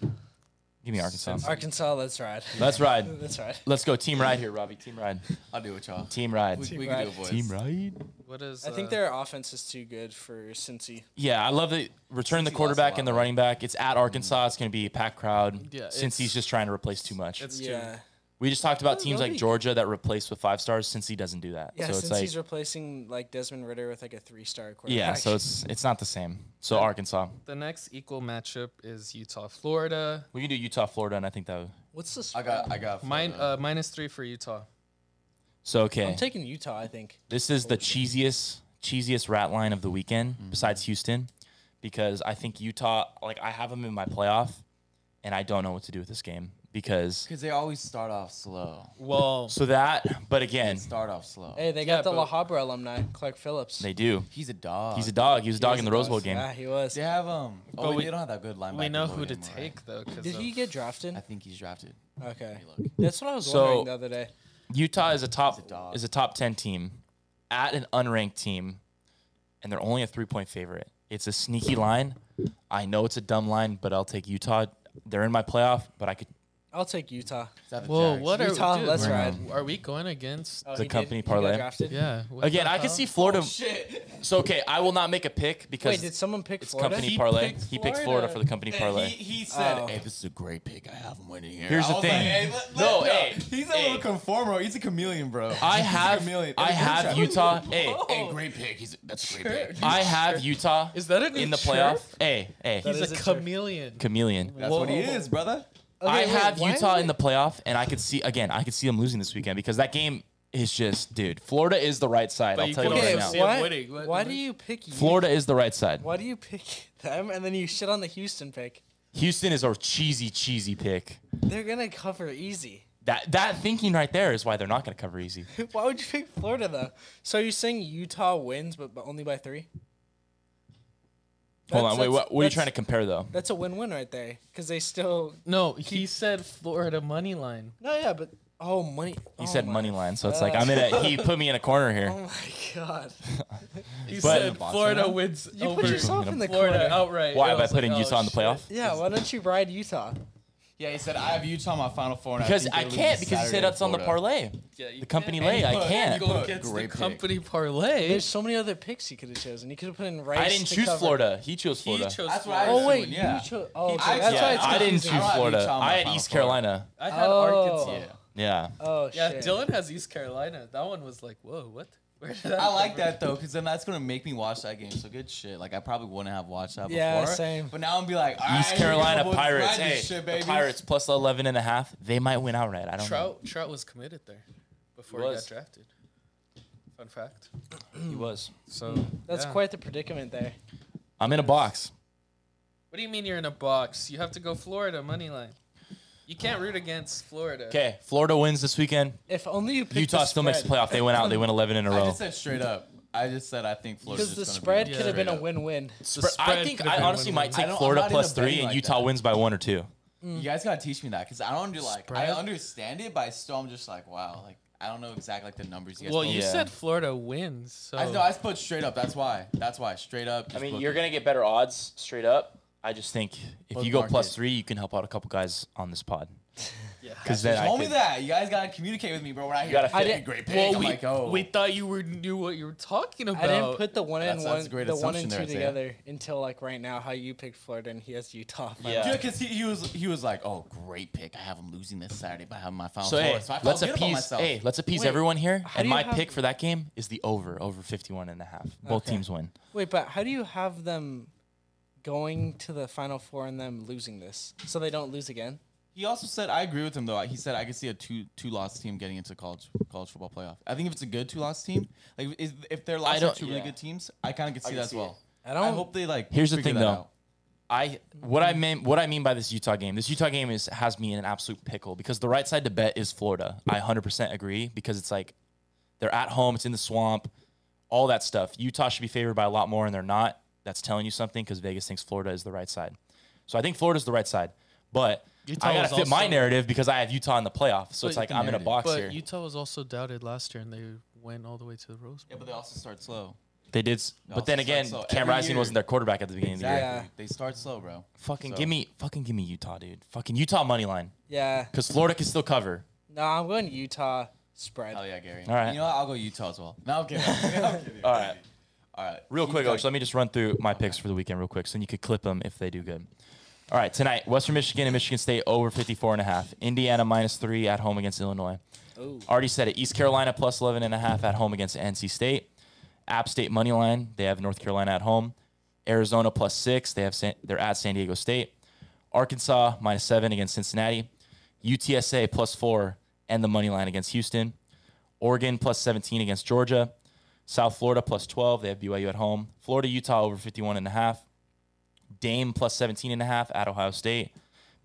Speaker 2: Give me Arkansas.
Speaker 3: Arkansas, let's ride.
Speaker 2: Let's ride.
Speaker 3: Let's ride.
Speaker 2: Let's go. Team ride here, Robbie. Team ride.
Speaker 4: I'll do it, y'all.
Speaker 2: Team ride.
Speaker 4: We, we
Speaker 3: ride.
Speaker 4: can do it, boys.
Speaker 2: Team ride.
Speaker 1: what is?
Speaker 3: I think
Speaker 1: uh,
Speaker 3: their offense is too good for Cincy.
Speaker 2: Yeah, I love the return the
Speaker 4: Cincy lost a
Speaker 2: quarterback
Speaker 4: lot,
Speaker 2: and the
Speaker 4: right?
Speaker 2: running back. It's at Arkansas. It's going to be a packed crowd.
Speaker 1: Yeah,
Speaker 2: since he's
Speaker 1: it's-
Speaker 2: just trying to replace too much.
Speaker 1: It's
Speaker 3: Yeah,
Speaker 1: yeah.
Speaker 2: We just talked about
Speaker 3: Oh,
Speaker 2: teams
Speaker 3: that'll
Speaker 2: like
Speaker 3: be-
Speaker 2: Georgia that replace with five stars. Since he doesn't do that,
Speaker 3: yeah.
Speaker 2: so
Speaker 3: Since
Speaker 2: it's like
Speaker 3: he's replacing like Desmond Ritter with like a three star quarterback.
Speaker 2: yeah, so it's it's not the same. So Arkansas,
Speaker 1: The next equal matchup is Utah, Florida.
Speaker 2: we can do Utah, Florida, and I think that. Would,
Speaker 3: what's this?
Speaker 4: I got, I got.
Speaker 1: Min-
Speaker 4: Florida.
Speaker 1: uh, minus three for Utah.
Speaker 2: so okay,
Speaker 3: I'm taking Utah. I think.
Speaker 2: this is the cheesiest cheesiest rat line of the weekend besides Houston, because I think Utah like I have them in my playoff, and I don't know what to do with this game because
Speaker 4: Because they always start off slow.
Speaker 1: Well,
Speaker 2: so that. But again,
Speaker 4: Start off slow.
Speaker 3: Hey, they
Speaker 1: Yeah,
Speaker 3: got the La
Speaker 1: but-
Speaker 3: Habra alumni, Clark Phillips.
Speaker 2: they do.
Speaker 4: He's a dog.
Speaker 2: He's a dog. He was a dog
Speaker 3: was
Speaker 2: in the
Speaker 3: a
Speaker 2: Rose
Speaker 3: dog.
Speaker 2: Bowl game.
Speaker 3: Yeah, he was.
Speaker 4: They have um. Oh,
Speaker 1: But
Speaker 4: we,
Speaker 1: we-
Speaker 4: they don't have that good linebacker.
Speaker 1: we know who
Speaker 4: really
Speaker 1: to
Speaker 4: anymore, right?
Speaker 1: take though. 'cause
Speaker 3: Did he
Speaker 1: of-
Speaker 3: get drafted?
Speaker 4: I think he's drafted.
Speaker 3: Okay.
Speaker 4: Let me look.
Speaker 3: That's what I was
Speaker 2: So-
Speaker 3: wondering the other day.
Speaker 2: Utah is a top
Speaker 4: He's a dog.
Speaker 2: is a top ten team at an unranked team and they're only a three point favorite. It's a sneaky line. I know it's a dumb line, but I'll take Utah. They're in my playoff, but I could
Speaker 3: I'll take Utah.
Speaker 1: Whoa, what are
Speaker 3: Utah,
Speaker 1: dude,
Speaker 3: let's
Speaker 1: we're-
Speaker 3: ride.
Speaker 1: Are we going against?
Speaker 3: Oh,
Speaker 2: The
Speaker 3: he did-
Speaker 2: company
Speaker 3: he got
Speaker 2: parlay.
Speaker 3: drafted?
Speaker 1: Yeah. what
Speaker 2: again.
Speaker 1: the
Speaker 2: I could
Speaker 1: hell?
Speaker 2: see Florida.
Speaker 3: Shit.
Speaker 2: so okay, I will not make a pick because
Speaker 3: Wait, did someone pick
Speaker 2: it's
Speaker 3: Florida?
Speaker 2: company
Speaker 4: He
Speaker 2: parlay.
Speaker 4: picked
Speaker 2: He picked Florida
Speaker 4: Florida.
Speaker 2: for the company parlay.
Speaker 4: He, said,
Speaker 3: said, Oh.
Speaker 4: "Hey, this is a great pick. I have him winning here."
Speaker 2: Here's
Speaker 4: I
Speaker 2: the
Speaker 4: was
Speaker 2: thing.
Speaker 4: let-
Speaker 2: No,
Speaker 4: let-
Speaker 2: hey,
Speaker 4: he's a
Speaker 2: hey.
Speaker 4: little conformer. He's a chameleon, bro.
Speaker 2: I
Speaker 4: He's a
Speaker 2: have
Speaker 4: chameleon. Oh.
Speaker 2: I
Speaker 4: He's a
Speaker 2: have
Speaker 4: champ.
Speaker 2: Utah. Hey,
Speaker 4: Hey, great pick. He's a, that's a great pick.
Speaker 2: I have Utah
Speaker 1: Is that a new
Speaker 2: in the
Speaker 1: chirp?
Speaker 2: playoff. Hey, hey,
Speaker 3: That
Speaker 1: He's
Speaker 3: is
Speaker 1: a
Speaker 3: a chirp.
Speaker 1: chameleon.
Speaker 2: chameleon.
Speaker 4: That's what he is, brother.
Speaker 3: Okay,
Speaker 2: I
Speaker 3: wait,
Speaker 2: have
Speaker 3: why
Speaker 2: Utah
Speaker 3: is
Speaker 2: in the playoff, and I could see again. I could see them losing this weekend because that game is just, dude. Florida is the right side.
Speaker 1: But
Speaker 2: I'll
Speaker 1: you
Speaker 2: tell
Speaker 3: it-
Speaker 2: you
Speaker 1: could
Speaker 2: right
Speaker 3: Okay,
Speaker 1: also
Speaker 2: now.
Speaker 1: see-
Speaker 3: why,
Speaker 1: Winning, what-
Speaker 3: why do you pick Utah?
Speaker 2: Florida is the right side.
Speaker 3: Why do you pick them and then you shit on the Houston pick?
Speaker 2: Houston is our cheesy, cheesy pick.
Speaker 3: They're gonna cover easy.
Speaker 2: That that thinking right there is why they're not going to cover easy.
Speaker 3: Why would you pick Florida though? So you're saying Utah wins, but, but only by three?
Speaker 2: Hold
Speaker 3: That's-
Speaker 2: on, wait.
Speaker 3: that's-
Speaker 2: What, what are you
Speaker 3: that's-
Speaker 2: trying to compare though?
Speaker 3: That's a win-win right there, because they still.
Speaker 1: No, he said Florida money line.
Speaker 3: No, yeah, but oh, money.
Speaker 2: He
Speaker 3: oh
Speaker 2: said
Speaker 3: my-
Speaker 2: money line, so it's like
Speaker 3: God.
Speaker 2: I'm in a. He put me in a corner
Speaker 3: Oh
Speaker 2: here.
Speaker 3: my god!
Speaker 1: He
Speaker 2: But-
Speaker 1: said Florida wins
Speaker 3: You
Speaker 1: over
Speaker 3: put yourself
Speaker 2: Over-
Speaker 3: in the
Speaker 1: Florida
Speaker 3: corner.
Speaker 1: outright.
Speaker 2: Why
Speaker 1: I
Speaker 2: am I
Speaker 1: was like,
Speaker 2: putting
Speaker 1: oh,
Speaker 2: Utah in the
Speaker 1: shit.
Speaker 2: playoff?
Speaker 3: Yeah, why don't you ride Utah?
Speaker 4: Yeah, he said I have Utah in my final four. and
Speaker 2: Because
Speaker 4: think
Speaker 2: I
Speaker 4: they lose
Speaker 2: can't
Speaker 4: this
Speaker 2: because he said
Speaker 4: Saturday to
Speaker 2: that's on the
Speaker 4: Florida.
Speaker 2: parlay.
Speaker 1: Yeah, you
Speaker 2: The company
Speaker 1: can't-
Speaker 2: lay,
Speaker 4: And
Speaker 2: I
Speaker 4: you put-
Speaker 2: can't.
Speaker 4: you
Speaker 1: Go
Speaker 4: Look,
Speaker 1: against the
Speaker 4: great pick.
Speaker 1: company parlay.
Speaker 3: There's so many other picks you could have chosen. You could have put in Rice.
Speaker 2: I didn't
Speaker 3: to
Speaker 2: choose
Speaker 3: cover.
Speaker 2: Florida. He chose
Speaker 1: He
Speaker 2: Florida.
Speaker 1: chose
Speaker 4: That's what I
Speaker 1: Florida.
Speaker 4: was
Speaker 3: Oh wait,
Speaker 4: doing, yeah.
Speaker 3: you chose. Oh, okay,
Speaker 4: I-
Speaker 3: that's
Speaker 4: yeah,
Speaker 3: why it's
Speaker 2: I didn't
Speaker 3: confusing.
Speaker 2: choose
Speaker 4: I had
Speaker 2: Florida.
Speaker 4: Utah on my
Speaker 2: I had
Speaker 4: final
Speaker 2: East
Speaker 4: four.
Speaker 2: Carolina.
Speaker 1: I had
Speaker 3: Oh.
Speaker 1: Arkansas.
Speaker 2: Yeah.
Speaker 3: Oh
Speaker 1: Yeah,
Speaker 3: shit.
Speaker 1: Dylan has East Carolina. That one was like, whoa, what? Where did that
Speaker 4: I like
Speaker 1: come
Speaker 4: that though, because then that's gonna make me watch that game. So good shit. Like I probably wouldn't have watched that
Speaker 3: Yeah,
Speaker 4: before.
Speaker 3: same.
Speaker 4: But now I'm be like, "All
Speaker 2: East
Speaker 4: right,
Speaker 2: Carolina
Speaker 4: here we go, boys,
Speaker 2: Pirates.
Speaker 4: ride
Speaker 2: Hey,
Speaker 4: this shit,
Speaker 2: the
Speaker 4: baby."
Speaker 2: Pirates plus 11 and a half. They might win outright. I don't
Speaker 1: from? Trout Trout was committed there before
Speaker 2: He
Speaker 1: he,
Speaker 2: was.
Speaker 1: got drafted. Fun fact.
Speaker 2: know. He was.
Speaker 1: So
Speaker 3: That's
Speaker 1: yeah.
Speaker 3: quite the predicament there.
Speaker 2: I'm in a box.
Speaker 1: What do you mean you're in a box? You have to go Florida money line. You can't root against Florida.
Speaker 2: Okay, Florida wins this weekend.
Speaker 3: If only you picked
Speaker 2: Utah
Speaker 3: the
Speaker 2: still makes the
Speaker 3: spread.
Speaker 2: playoff. They went out. They win 11 in a
Speaker 4: I
Speaker 2: row.
Speaker 4: just said straight up. I just said I think Florida's
Speaker 3: Because the
Speaker 4: just
Speaker 3: spread
Speaker 4: gonna
Speaker 1: Yeah.
Speaker 3: could have been
Speaker 4: Straight
Speaker 3: a
Speaker 4: up.
Speaker 3: win-win.
Speaker 2: Spread- I think I honestly might
Speaker 4: I
Speaker 2: take
Speaker 4: don't- I'm
Speaker 2: Florida
Speaker 4: not
Speaker 2: plus
Speaker 4: into
Speaker 2: three
Speaker 4: betting
Speaker 2: and
Speaker 4: like
Speaker 2: Utah
Speaker 4: that.
Speaker 2: wins by one or two.
Speaker 4: You guys gotta teach me that, because I don't do like.
Speaker 1: Spread?
Speaker 4: I understand it, but I still am just like, wow, like I don't know exactly like the numbers you guys.
Speaker 1: Well,
Speaker 4: put.
Speaker 1: you
Speaker 2: Yeah.
Speaker 1: said Florida wins, so
Speaker 4: I know. I just put straight up. That's why. That's why. Straight up. just book it.
Speaker 2: gonna get better odds straight up. I just think if you go
Speaker 4: Bookmark
Speaker 2: plus
Speaker 4: it.
Speaker 2: three, you can help out a couple guys on this pod.
Speaker 1: Yeah.
Speaker 2: Because then I
Speaker 4: Tell me
Speaker 2: could-
Speaker 4: that. You guys gotta communicate with me, bro. When I hear
Speaker 2: gotta
Speaker 4: "Hey,
Speaker 2: fit- I
Speaker 3: didn't-
Speaker 4: great pick,
Speaker 1: Well,
Speaker 4: I'm
Speaker 1: we,
Speaker 4: like, oh,
Speaker 1: we thought you were knew what you were talking about.
Speaker 3: I didn't put the one and
Speaker 4: That's- that's
Speaker 3: one,
Speaker 4: a great
Speaker 3: the one
Speaker 4: assumption
Speaker 3: and two
Speaker 4: there, Isaiah.
Speaker 3: together until like right now. How you picked Florida and he has Utah.
Speaker 2: Yeah.
Speaker 4: Yeah, because he, he was he was like, "Oh, great pick! I have him losing this Saturday, but I have my final
Speaker 2: So
Speaker 4: four."
Speaker 2: hey,
Speaker 4: so I felt
Speaker 2: let's
Speaker 4: good about
Speaker 2: appease.
Speaker 4: myself.
Speaker 2: Hey, let's appease
Speaker 3: Wait,
Speaker 2: everyone here.
Speaker 3: how
Speaker 2: And
Speaker 3: do you
Speaker 2: my
Speaker 3: have-
Speaker 2: pick for that game is the over, over 51 and a half. Both
Speaker 3: Okay.
Speaker 2: teams win.
Speaker 3: Wait, but how do you have them going to the final four and them losing this, so they don't lose again?
Speaker 4: He also said, "I agree with him though." He said, "I could see a two two loss team getting into college college football playoff. I think if it's a good two loss team, like is, if they're lost to
Speaker 2: don't-
Speaker 4: two really
Speaker 2: yeah.
Speaker 4: good teams, I kind of could see that as well.
Speaker 3: I
Speaker 4: I,
Speaker 3: don't.
Speaker 4: hope they like.
Speaker 2: Here's the
Speaker 4: figure
Speaker 2: thing,
Speaker 4: that
Speaker 2: though.
Speaker 4: out.
Speaker 2: I what I mean what I mean by this Utah game. This Utah game is has me in an absolute pickle because the right side to bet is Florida. I 100% agree because it's like they're at home, it's in the swamp, all that stuff. Utah should be favored by a lot more and they're not. That's telling you something because Vegas thinks Florida is the right side. So I think Florida's the right side, but
Speaker 1: Utah
Speaker 2: I gotta
Speaker 1: was
Speaker 2: fit my
Speaker 1: also-
Speaker 2: narrative because I have Utah in the playoff. So it's
Speaker 1: But-
Speaker 2: like I'm in a box
Speaker 1: But
Speaker 2: here.
Speaker 1: Utah was also doubted last year, and they went all the way to the Rose
Speaker 4: Yeah,
Speaker 1: Bowl.
Speaker 4: but they also start slow.
Speaker 2: They did, s- but
Speaker 4: also
Speaker 2: then
Speaker 4: sucks.
Speaker 2: again,
Speaker 4: So
Speaker 2: Cam
Speaker 4: every
Speaker 2: Rising
Speaker 4: year-
Speaker 2: wasn't their quarterback at the beginning of the year.
Speaker 4: Exactly. They start slow, bro.
Speaker 2: Fucking
Speaker 4: So-
Speaker 2: give me, fucking give me Utah, dude. Fucking Utah money line
Speaker 3: yeah.
Speaker 2: because Florida can still cover.
Speaker 3: No, I'm going Utah spread.
Speaker 4: Oh yeah, Gary.
Speaker 2: All right.
Speaker 4: You know what? I'll go Utah as well. No, I'm kidding. I'm kidding.
Speaker 2: All right,
Speaker 4: All right.
Speaker 2: real
Speaker 4: Keep
Speaker 2: quick,
Speaker 4: going.
Speaker 2: Osh, let me just run through my picks for the weekend real quick, so then you could clip them if they do good. All right, tonight, Western Michigan and Michigan State over 54 and a half. Indiana minus three at home against Illinois.
Speaker 3: Ooh.
Speaker 2: Already said it. East Carolina plus 11 and a half at home against NC State. App State money line. They have North Carolina at home. Arizona plus six. They have San, they're at San Diego State. Arkansas minus seven against Cincinnati. UTSA plus four and the money line against Houston. Oregon plus 17 against Georgia. South Florida plus 12. They have BYU at home. Florida Utah over 51 and a half. Dame plus 17 and a half at Ohio State.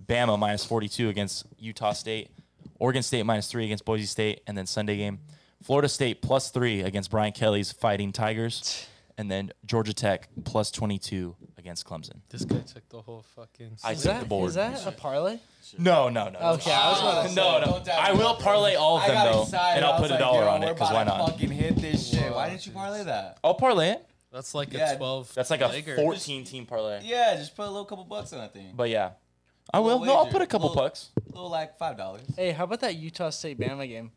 Speaker 2: Bama minus 42 against Utah State. Oregon State minus three against Boise State. And then Sunday game, Florida State plus three against Brian Kelly's Fighting Tigers. And then Georgia Tech plus 22 against Clemson.
Speaker 1: This guy took the whole fucking.
Speaker 2: I
Speaker 3: Is
Speaker 2: took
Speaker 3: that,
Speaker 2: the board.
Speaker 3: is that a parlay?
Speaker 2: No, no, no.
Speaker 3: Okay, I was gonna
Speaker 2: no,
Speaker 4: say,
Speaker 2: no.
Speaker 4: don't doubt
Speaker 2: I
Speaker 4: me,
Speaker 2: will
Speaker 4: bro.
Speaker 2: parlay all of
Speaker 4: I
Speaker 2: them
Speaker 4: got
Speaker 2: though,
Speaker 4: excited.
Speaker 2: and
Speaker 4: I
Speaker 2: I'll put
Speaker 4: was
Speaker 2: a
Speaker 4: like,
Speaker 2: dollar
Speaker 4: yo,
Speaker 2: on
Speaker 4: we're
Speaker 2: it because
Speaker 4: about
Speaker 2: why
Speaker 4: to
Speaker 2: not?
Speaker 4: Fucking hit this shit. Why didn't you parlay that?
Speaker 2: I'll parlay it.
Speaker 1: That's like
Speaker 4: Yeah,
Speaker 1: a 12.
Speaker 2: That's like a
Speaker 1: legger.
Speaker 2: 14 team parlay.
Speaker 4: Yeah, just put a little couple bucks on that thing.
Speaker 2: But yeah, I will. No, I'll put a couple
Speaker 4: Little-
Speaker 2: bucks.
Speaker 4: little like five dollars.
Speaker 3: Hey, how about that Utah State Bama game?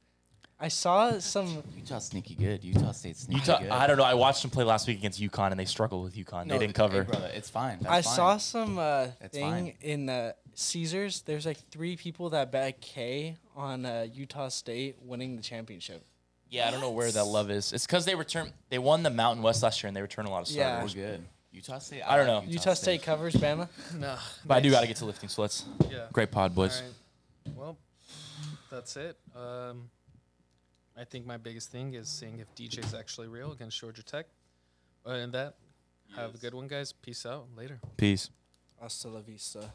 Speaker 3: I saw some.
Speaker 4: Utah sneaky good. Utah State sneaky
Speaker 2: Utah.
Speaker 4: good.
Speaker 2: I don't know. I watched them play last week against UConn, and they struggled with UConn.
Speaker 4: No,
Speaker 2: they didn't
Speaker 4: hey,
Speaker 2: cover.
Speaker 4: brother, it's fine. That's
Speaker 3: I
Speaker 4: fine.
Speaker 3: saw some uh,
Speaker 4: That's
Speaker 3: thing
Speaker 4: fine.
Speaker 3: in uh, Caesars. There's like three people that bet K on uh, Utah State winning the championship.
Speaker 2: yeah, I don't know where that love is. It's because they returned. They won the Mountain West last year, and they returned a lot of
Speaker 3: Yeah.
Speaker 2: starters.
Speaker 4: We're good. Utah State.
Speaker 2: I don't
Speaker 4: like
Speaker 2: know.
Speaker 3: Utah State covers Bama.
Speaker 1: Nah,
Speaker 2: But I do
Speaker 1: nice.
Speaker 2: got to get to lifting, so let's.
Speaker 1: Yeah.
Speaker 2: Great pod,
Speaker 1: All
Speaker 2: boys.
Speaker 1: right. Well, that's it. Um, I think my biggest thing is seeing if DJ's actually real against Georgia Tech. Uh, and that, have a good one, guys. Peace out. Later.
Speaker 2: Peace.
Speaker 3: Hasta la vista.